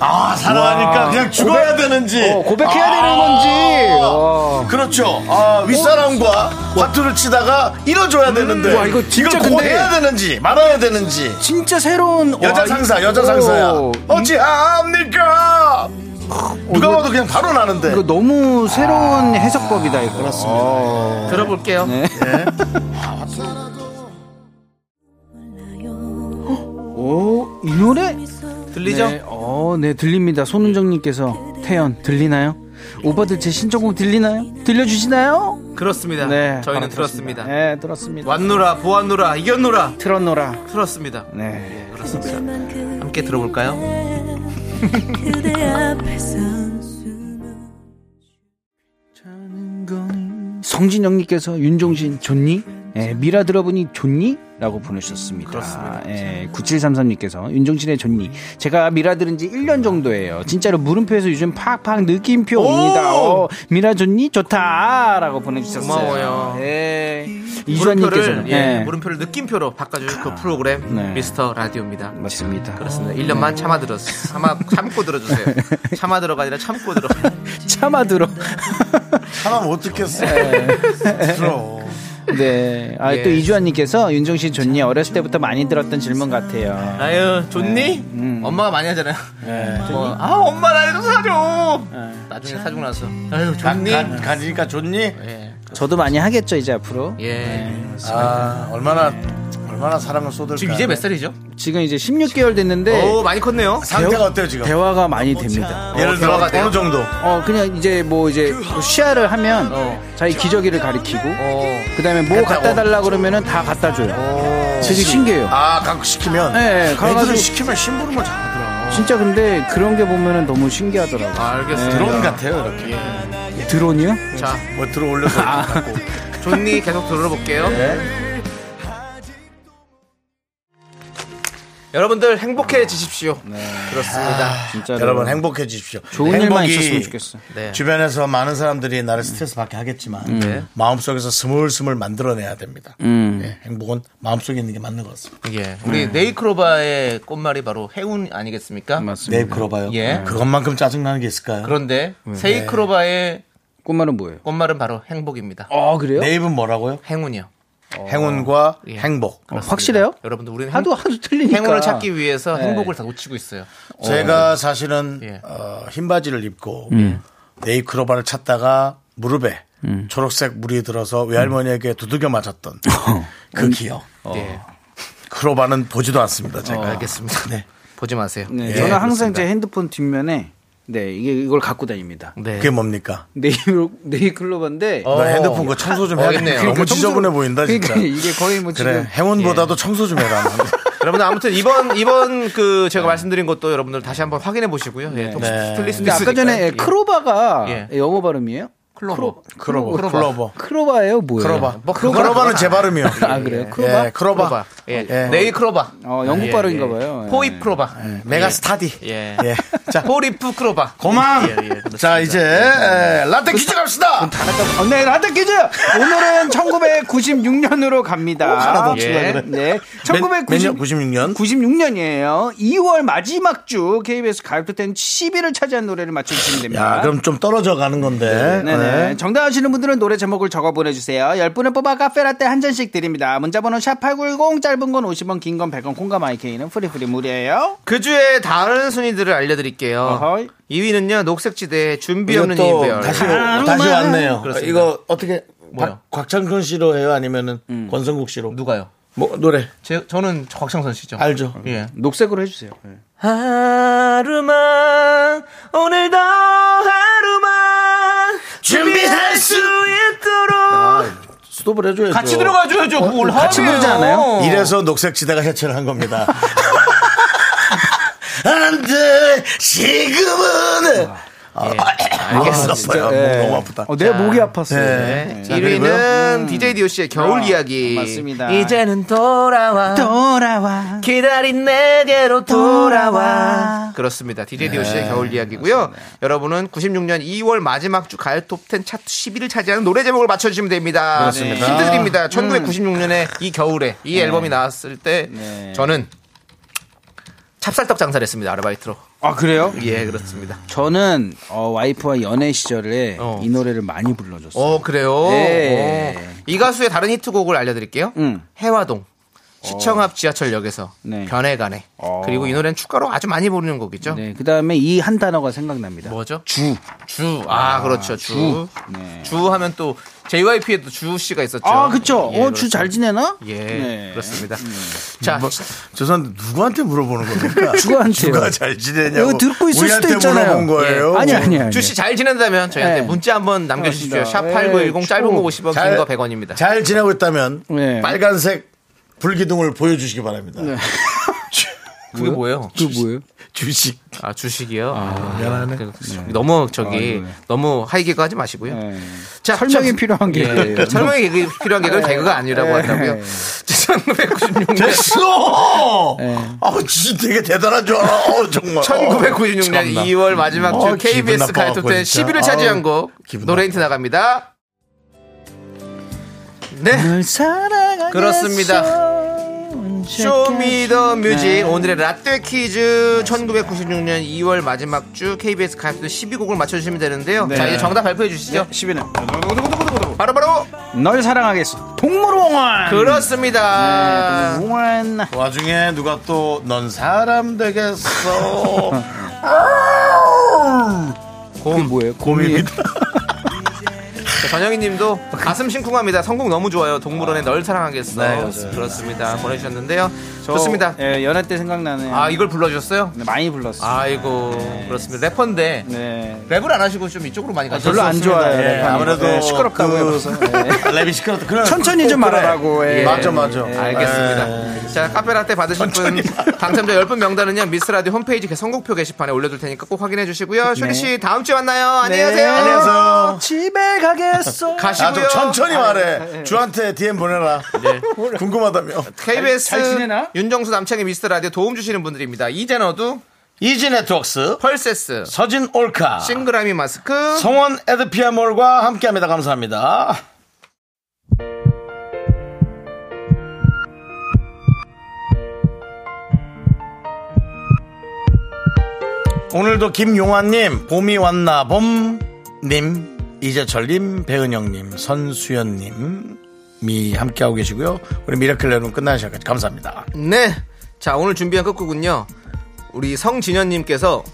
Speaker 1: 아 사랑하니까 그냥 죽어야 되는지. 아.
Speaker 8: 어, 고백해야 되는 건지. 와.
Speaker 1: 그렇죠. 아, 윗사람과 화투를 치다가 이뤄줘야 되는데.
Speaker 8: 어? 음. 와, 이거 진짜
Speaker 1: 이걸 곧
Speaker 8: 근데-
Speaker 1: 해야 되는지 말아야 되는지.
Speaker 8: 진짜 새로운
Speaker 1: 여자
Speaker 8: 와,
Speaker 1: 상사,
Speaker 8: 이- 어.
Speaker 1: 여자 상사야.
Speaker 8: 오,
Speaker 1: 어찌합니까? 누가 봐도 그냥 바로 나는데.
Speaker 8: 이거 너무
Speaker 2: 아.
Speaker 8: 새로운 해석법이다 이거. 그렇습니다. 네.
Speaker 2: 들어볼게요. 아.
Speaker 8: 오, 어, 이 노래
Speaker 2: 들리죠?
Speaker 8: 네, 어, 네 들립니다. 손은정님께서 태연 들리나요? 오빠들 제 신청곡 들리나요? 들려주시나요?
Speaker 2: 그렇습니다.
Speaker 8: 네,
Speaker 2: 저희는
Speaker 8: 바로
Speaker 2: 들었습니다.
Speaker 8: 네, 들었습니다.
Speaker 2: 왔노라, 보았노라, 이겼노라
Speaker 8: 틀어노라.
Speaker 2: 들었습니다.
Speaker 8: 네.
Speaker 2: 네, 그렇습니다. 함께 들어볼까요?
Speaker 8: 성진영님께서 윤종신 좋니? 예, 미라 들어보니 좋니? 라고 보내주셨습니다. 예, 9733님께서 윤종신의 좋니? 제가 미라 들은 지 1년 정도예요. 진짜로 물음표에서 요즘 팍팍 느낌표 옵니다. 어, 미라 좋니? 좋다! 라고 보내주셨어요.
Speaker 2: 고마워요.
Speaker 8: 예. 이주환님께서는.
Speaker 2: 물음표를 예,
Speaker 8: 예.
Speaker 9: 네.
Speaker 2: 물음표를 느낌표로 바꿔주는 그 프로그램
Speaker 8: 네.
Speaker 2: 미스터 라디오입니다.
Speaker 8: 맞습니다.
Speaker 2: 그렇습니다. 1년만 참아 들었 참아 참고 들어주세요. 참아 들어가 아니라 참고 들어.
Speaker 8: 참아 들어.
Speaker 1: 하나 못 듣겠어. 들어.
Speaker 8: 네. 아,
Speaker 2: 예.
Speaker 8: 또 이주환님께서 윤종신 좋니? 어렸을 때부터 많이 들었던 질문 같아요.
Speaker 2: 아유 좋니? 엄마가 많이 하잖아요. 뭐, 아 엄마 나좀 사줘. 나중에 사주고 나서 아유 좋니?
Speaker 1: 간, 간이니까 좋니?
Speaker 2: 예.
Speaker 8: 저도 많이 하겠죠, 이제 앞으로.
Speaker 2: 예.
Speaker 1: 아, 얼마나, 얼마나 사랑을 쏟을까.
Speaker 2: 지금 이제 몇 살이죠?
Speaker 8: 지금 이제 16개월 됐는데.
Speaker 2: 오 많이 컸네요.
Speaker 1: 상태가 어때요, 지금?
Speaker 8: 대화가 많이 됩니다.
Speaker 1: 예를 들어,
Speaker 2: 대화가 돼요?
Speaker 1: 어느 정도?
Speaker 8: 어, 그냥 이제 뭐 이제 시야를 하면 자기 기저귀를 가리키고 그다음에 뭐 어. 갖다 어. 달라 그러면은 다 갖다 줘요. 되게 신기해요.
Speaker 1: 아, 각시키면.
Speaker 8: 네, 가가지고-
Speaker 1: 애들을 시키면 심부름을 잘하더라.
Speaker 8: 진짜 근데 그런 게 보면은 너무 신기하더라고요.
Speaker 2: 알겠습니다.
Speaker 1: 드론 같아요, 이렇게.
Speaker 8: 드론이요?
Speaker 2: 자
Speaker 1: 뭐 들어 올려서.
Speaker 8: 아.
Speaker 1: 갖고.
Speaker 2: 좋니 계속 들어볼게요.
Speaker 8: 네.
Speaker 2: 여러분들 행복해지십시오.
Speaker 8: 네.
Speaker 2: 그렇습니다.
Speaker 8: 진짜
Speaker 1: 여러분 행복해지십시오.
Speaker 8: 좋은 일만 있었으면 좋겠어.
Speaker 2: 네.
Speaker 1: 주변에서 많은 사람들이 나를 스트레스 받게 하겠지만 마음속에서 스물스물 만들어내야 됩니다. 예, 행복은 마음속에 있는 게 맞는 것 같습니다.
Speaker 8: 네.
Speaker 2: 예. 우리 네이크로바의 꽃말이 바로 행운 아니겠습니까?
Speaker 8: 맞습니다.
Speaker 1: 네, 그러봐요.
Speaker 2: 예. 그렇죠.
Speaker 1: 그것만큼 짜증나는 게 있을까요?
Speaker 2: 그런데 세이크로바의
Speaker 8: 네. 꽃말은 뭐예요?
Speaker 2: 꽃말은 바로 행복입니다.
Speaker 8: 아 그래요?
Speaker 1: 네 입은 뭐라고요?
Speaker 2: 행운이요.
Speaker 1: 행운과
Speaker 2: 예.
Speaker 1: 행복.
Speaker 8: 어, 확실해요?
Speaker 2: 여러분들 우리는
Speaker 8: 하도
Speaker 2: 행-
Speaker 8: 하도 틀리니까.
Speaker 2: 행운을 찾기 위해서
Speaker 8: 네.
Speaker 2: 행복을 다 놓치고 있어요.
Speaker 1: 제가 사실은
Speaker 2: 예.
Speaker 1: 어, 흰 바지를 입고 네이크로바를 찾다가 무릎에 초록색 물이 들어서 외할머니에게 두들겨 맞았던 그 기억.
Speaker 2: 예.
Speaker 1: 크로바는 보지도 않습니다. 제가
Speaker 2: 알겠습니다.
Speaker 1: 네.
Speaker 2: 보지 마세요.
Speaker 8: 아. 네,
Speaker 1: 예,
Speaker 8: 저는 항상
Speaker 1: 그렇습니다.
Speaker 8: 제 핸드폰 뒷면에 네 이게 이걸 갖고 다닙니다.
Speaker 2: 네.
Speaker 1: 그게 뭡니까?
Speaker 8: 네이클로 네이클로버인데
Speaker 1: 너
Speaker 2: 어.
Speaker 1: 핸드폰 그 청소 좀
Speaker 2: 어겠네요.
Speaker 1: 해야겠네요. 너무
Speaker 8: 그러니까
Speaker 1: 지저분해
Speaker 8: 청소를-
Speaker 1: 보인다 진짜.
Speaker 8: 그러니까 이게 거의 뭐 지금
Speaker 1: 그렇죠. 그래 행운보다도 청소 좀 해라.
Speaker 2: 여러분들 아무튼 이번 이번 그
Speaker 8: 네.
Speaker 2: 제가 말씀드린 것도 여러분들 다시 한번 확인해 보시고요. 예, 혹시
Speaker 1: 네.
Speaker 2: 틀릴 수도
Speaker 8: 근데 아까
Speaker 2: 있으니까.
Speaker 8: 전에
Speaker 2: 예.
Speaker 8: 크로바가
Speaker 2: 예.
Speaker 8: 영어 발음이에요?
Speaker 2: 클로버.
Speaker 1: 크로버,
Speaker 8: 크로바.
Speaker 1: 클로버.
Speaker 8: 크로바예요, 뭐예요?
Speaker 1: 크로바.
Speaker 2: 뭐 그거는
Speaker 1: 크로바는 제
Speaker 2: 그거는
Speaker 1: 발음이요.
Speaker 8: 아 그래요? 크로바.
Speaker 1: 예, 크로바.
Speaker 2: 예.
Speaker 1: 예.
Speaker 2: 네이 크로바.
Speaker 8: 어 영국
Speaker 2: 예,
Speaker 8: 발음인가
Speaker 2: 예.
Speaker 8: 봐요. 예.
Speaker 2: 포입 크로바.
Speaker 1: 메가 스타디.
Speaker 2: 예.
Speaker 1: 예. 자,
Speaker 2: 포리프 크로바.
Speaker 1: 고만.
Speaker 2: 예, 예, 그렇습니다.
Speaker 1: 자, 이제
Speaker 8: 네,
Speaker 1: 에, 라떼 퀴즈 갑시다.
Speaker 8: 어, 네, 라떼 퀴즈! 오늘은 1996년으로 갑니다.
Speaker 1: 하나 더
Speaker 2: 치려고 그래.
Speaker 8: 네.
Speaker 1: 몇년
Speaker 8: 1996.
Speaker 1: 96년?
Speaker 8: 96년이에요. 2월 마지막 주 KBS 가요톱텐 10위를 차지한 노래를 맞춰주시면 됩니다.
Speaker 1: 야, 그럼 좀 떨어져 가는 건데.
Speaker 8: 네네.
Speaker 1: 네.
Speaker 8: 정답 아시는 분들은 노래 제목을 적어 보내주세요. 10분을 뽑아 카페라떼 한 잔씩 드립니다. 문자번호 샵8910 짧은 건 50원, 긴 건 100원, 콩과 마이케이는 프리프리 무료예요.
Speaker 2: 그 주에 다른 순위들을 알려드릴게요.
Speaker 8: 어허이.
Speaker 2: 2위는요 녹색지대 준비
Speaker 1: 이거
Speaker 2: 없는
Speaker 1: 또
Speaker 2: 이별.
Speaker 1: 다시 다시 왔네요.
Speaker 2: 그렇습니다.
Speaker 1: 이거 어떻게
Speaker 2: 뭐요? 음.
Speaker 1: 박- 곽창근 씨로 해요 아니면은 권성국 씨로?
Speaker 2: 누가요?
Speaker 1: 뭐 노래
Speaker 2: 제, 저는 곽창선 씨죠.
Speaker 1: 알죠? 음.
Speaker 2: 예.
Speaker 8: 녹색으로 해주세요.
Speaker 2: 하루만 오늘도 하루만
Speaker 1: 준비할 수
Speaker 2: 있도록
Speaker 1: 스톱을 해줘야죠.
Speaker 2: 아, 같이 들어가줘야죠. 뭘
Speaker 8: 같이
Speaker 2: 하면. 어.
Speaker 8: 부르지 않아요?
Speaker 1: 이래서 녹색지대가 해체를 한 겁니다. 안돼 지금은 아, 예. 알겠어요. 너무 아프다.
Speaker 8: 어, 내 목이 아팠어요.
Speaker 1: 네. 자, 그리고요.
Speaker 2: 1위는 DJ DOC의 겨울
Speaker 8: 음. 아,
Speaker 2: 이야기.
Speaker 8: 맞습니다.
Speaker 2: 이제는 돌아와.
Speaker 8: 돌아와.
Speaker 2: 기다린 내게로
Speaker 8: 돌아와. 네,
Speaker 2: 그렇습니다. DJ DOC의 겨울 이야기고요. 여러분은 96년 2월 마지막 주 가요 톱10 차트 10위를 차지하는 노래 제목을 맞춰주시면 됩니다.
Speaker 1: 그렇습니다.
Speaker 2: 힌트
Speaker 8: 음.
Speaker 2: 드립니다. 1996년에 이 겨울에 이 앨범이 나왔을 때
Speaker 8: 네.
Speaker 2: 저는 찹쌀떡 장사를 했습니다. 아르바이트로.
Speaker 8: 아, 그래요?
Speaker 2: 예, 그렇습니다.
Speaker 8: 저는 어, 와이프와 연애 시절에
Speaker 2: 어.
Speaker 8: 이 노래를 많이 불러줬어요.
Speaker 2: 어, 그래요?
Speaker 8: 네.
Speaker 2: 어. 이 가수의 다른 히트곡을 알려드릴게요.
Speaker 8: 음. 어.
Speaker 2: 해화동. 시청 앞 지하철역에서
Speaker 8: 네.
Speaker 2: 변해가네. 그리고 이 노래는 축가로 아주 많이 부르는 곡이죠.
Speaker 8: 네, 그 다음에 이 한 단어가 생각납니다.
Speaker 2: 뭐죠? 주. 주. 아, 그렇죠. 주. 주,
Speaker 8: 네.
Speaker 2: 하면 또 JYP에 도주 씨가 있었죠.
Speaker 8: 아, 그쵸.
Speaker 2: 예,
Speaker 8: 어, 주 잘 지내나?
Speaker 2: 그렇- 예,
Speaker 8: 네.
Speaker 2: 그렇습니다. 자,
Speaker 1: 뭐, 죄송한데 누구한테 물어보는 겁니까?
Speaker 8: 주가한테요.
Speaker 1: 누가 잘 지내냐고.
Speaker 8: 이거 듣고 있을 수도
Speaker 1: 우리한테
Speaker 8: 있잖아요.
Speaker 1: 물어본 거예요.
Speaker 8: 아니, 아니, 아니.
Speaker 2: 주 씨 잘 지낸다면 저희한테
Speaker 8: 네.
Speaker 2: 문자 한번 남겨주십시오.
Speaker 8: 그렇습니다.
Speaker 2: 샵8910
Speaker 8: 예,
Speaker 2: 짧은 거 50원,
Speaker 1: 잘-
Speaker 2: 긴거 100원입니다.
Speaker 1: 잘 지내고 있다면
Speaker 8: 네.
Speaker 1: 빨간색 불기둥을 보여주시기 바랍니다.
Speaker 2: 그게 뭐예요?
Speaker 8: 그 뭐예요?
Speaker 1: 주식.
Speaker 2: 아, 주식이요? 아, 그- 너무 저기, 너무 하이개그 하지 마시고요.
Speaker 8: 아, 네.
Speaker 2: 자,
Speaker 8: 설명이
Speaker 2: 참-
Speaker 8: 필요한
Speaker 2: 예,
Speaker 8: 개그예요.
Speaker 2: 그 설명이 개그, 필요한 개그를 개그가 아니라고
Speaker 8: 예.
Speaker 2: 하더라고요. 1996년.
Speaker 1: 됐어!
Speaker 8: 예.
Speaker 1: 아, 진짜 되게 대단한 줄 알아. 어, 정말.
Speaker 2: 1996년
Speaker 1: 참나.
Speaker 2: 2월 마지막 주
Speaker 1: 어, 기분
Speaker 2: KBS
Speaker 1: 나빠,
Speaker 2: 가요톱텐
Speaker 1: 진짜.
Speaker 2: 10위를
Speaker 1: 아우,
Speaker 2: 차지한 곡
Speaker 1: 기분
Speaker 2: 노래
Speaker 1: 나빠.
Speaker 2: 힌트 나갑니다. 네, 그렇습니다. 쇼미더 뮤직 오늘의 라떼 퀴즈 1996년 2월 마지막 주 KBS 가요톱텐 10위 곡을 맞춰주시면 되는데요.
Speaker 1: 네.
Speaker 2: 자, 이제 정답 발표해 주시죠.
Speaker 8: 10위는
Speaker 2: 바로바로
Speaker 1: 음.
Speaker 8: 널 사랑하겠어. 동물원원.
Speaker 2: 그렇습니다.
Speaker 8: 동물원.
Speaker 1: 그 와중에 누가 또 넌 사람 되겠어.
Speaker 8: 곰. 뭐예요? 곰이에요?
Speaker 2: 전영희 님도 가슴 심쿵합니다. 성공 너무 좋아요. 동물원에 널 사랑하겠어.
Speaker 1: 네, 맞아요.
Speaker 2: 그렇습니다. 보내주셨는데요.
Speaker 8: 저,
Speaker 2: 좋습니다.
Speaker 8: 예, 연애 때 생각나네요.
Speaker 2: 아, 이걸 불러주셨어요?
Speaker 8: 네, 많이 불렀어요.
Speaker 2: 아이고 그렇습니다 래퍼인데
Speaker 8: 네.
Speaker 2: 랩을 안 하시고 좀 이쪽으로 많이 가셨어요
Speaker 8: 별로 안 좋아요.
Speaker 1: 예,
Speaker 8: 약간.
Speaker 1: 아무래도
Speaker 8: 네, 시끄럽다고
Speaker 1: 그-
Speaker 8: 해서. 네.
Speaker 1: 랩이 시끄럽다. 그래.
Speaker 8: 천천히 좀
Speaker 1: 꼭 그래.
Speaker 8: 말하라고. 예.
Speaker 1: 맞아, 맞아.
Speaker 2: 알겠습니다
Speaker 8: 네.
Speaker 2: 자 카페라떼 받으신 분 당첨자 10분 명단은요 미스라디오 홈페이지 개 선곡표 게시판에 올려둘 테니까 꼭 확인해
Speaker 8: 네.
Speaker 2: 주시고요 쇼리씨 다음주에 만나요 안녕히 가세요
Speaker 1: 예. 안녕하세요.
Speaker 8: 집에 가겠어.
Speaker 1: 아, 좀
Speaker 2: 가시고요
Speaker 1: 천천히 말해. 주한테 DM 보내라.
Speaker 2: 네.
Speaker 1: 궁금하다며.
Speaker 2: KBS
Speaker 8: 잘 지내나?
Speaker 2: 윤정수 남창희 미스터라디오 도움 주시는 분들입니다 이젠어두
Speaker 1: 이지 네트웍스,
Speaker 2: 펄세스
Speaker 1: 서진 올카,
Speaker 2: 싱그라미 마스크
Speaker 1: 성원 에드피아몰과 함께 합니다. 감사합니다. 오늘도 김용환님, 봄이 왔나 봄님, 이재철님, 배은영님, 선수연님이 함께하고 계시고요. 우리 미라클 여러분 끝나는 시간까지 감사합니다.
Speaker 2: 네. 자, 오늘 준비한 끝곡은요. 우리 성진현님께서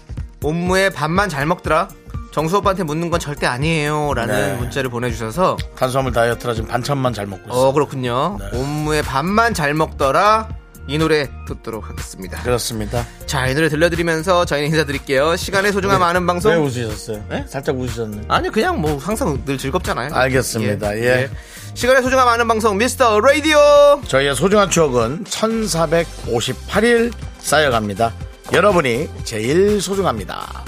Speaker 2: 업무에 밥만 잘 먹더라. 정수 오빠한테 묻는 건 절대 아니에요. 라는
Speaker 1: 네.
Speaker 2: 문자를 보내주셔서.
Speaker 1: 탄수화물 다이어트라 지금 반찬만 잘 먹고 있어요.
Speaker 2: 어, 그렇군요.
Speaker 1: 네.
Speaker 2: 업무에 밥만 잘 먹더라. 이 노래 듣도록 하겠습니다.
Speaker 1: 그렇습니다.
Speaker 2: 자, 이 노래 들려드리면서 저희는 인사드릴게요. 시간의
Speaker 1: 네.
Speaker 2: 소중함 아는
Speaker 1: 왜
Speaker 2: 방송.
Speaker 1: 웃으셨어요? 예? 살짝 웃으셨네.
Speaker 2: 아니, 그냥 뭐 항상 늘 즐겁잖아요.
Speaker 1: 알겠습니다. 예.
Speaker 2: 시간의 소중함 아는 방송 미스터 라디오.
Speaker 1: 저희의 소중한 추억은 1458일 쌓여갑니다. 여러분이 제일 소중합니다.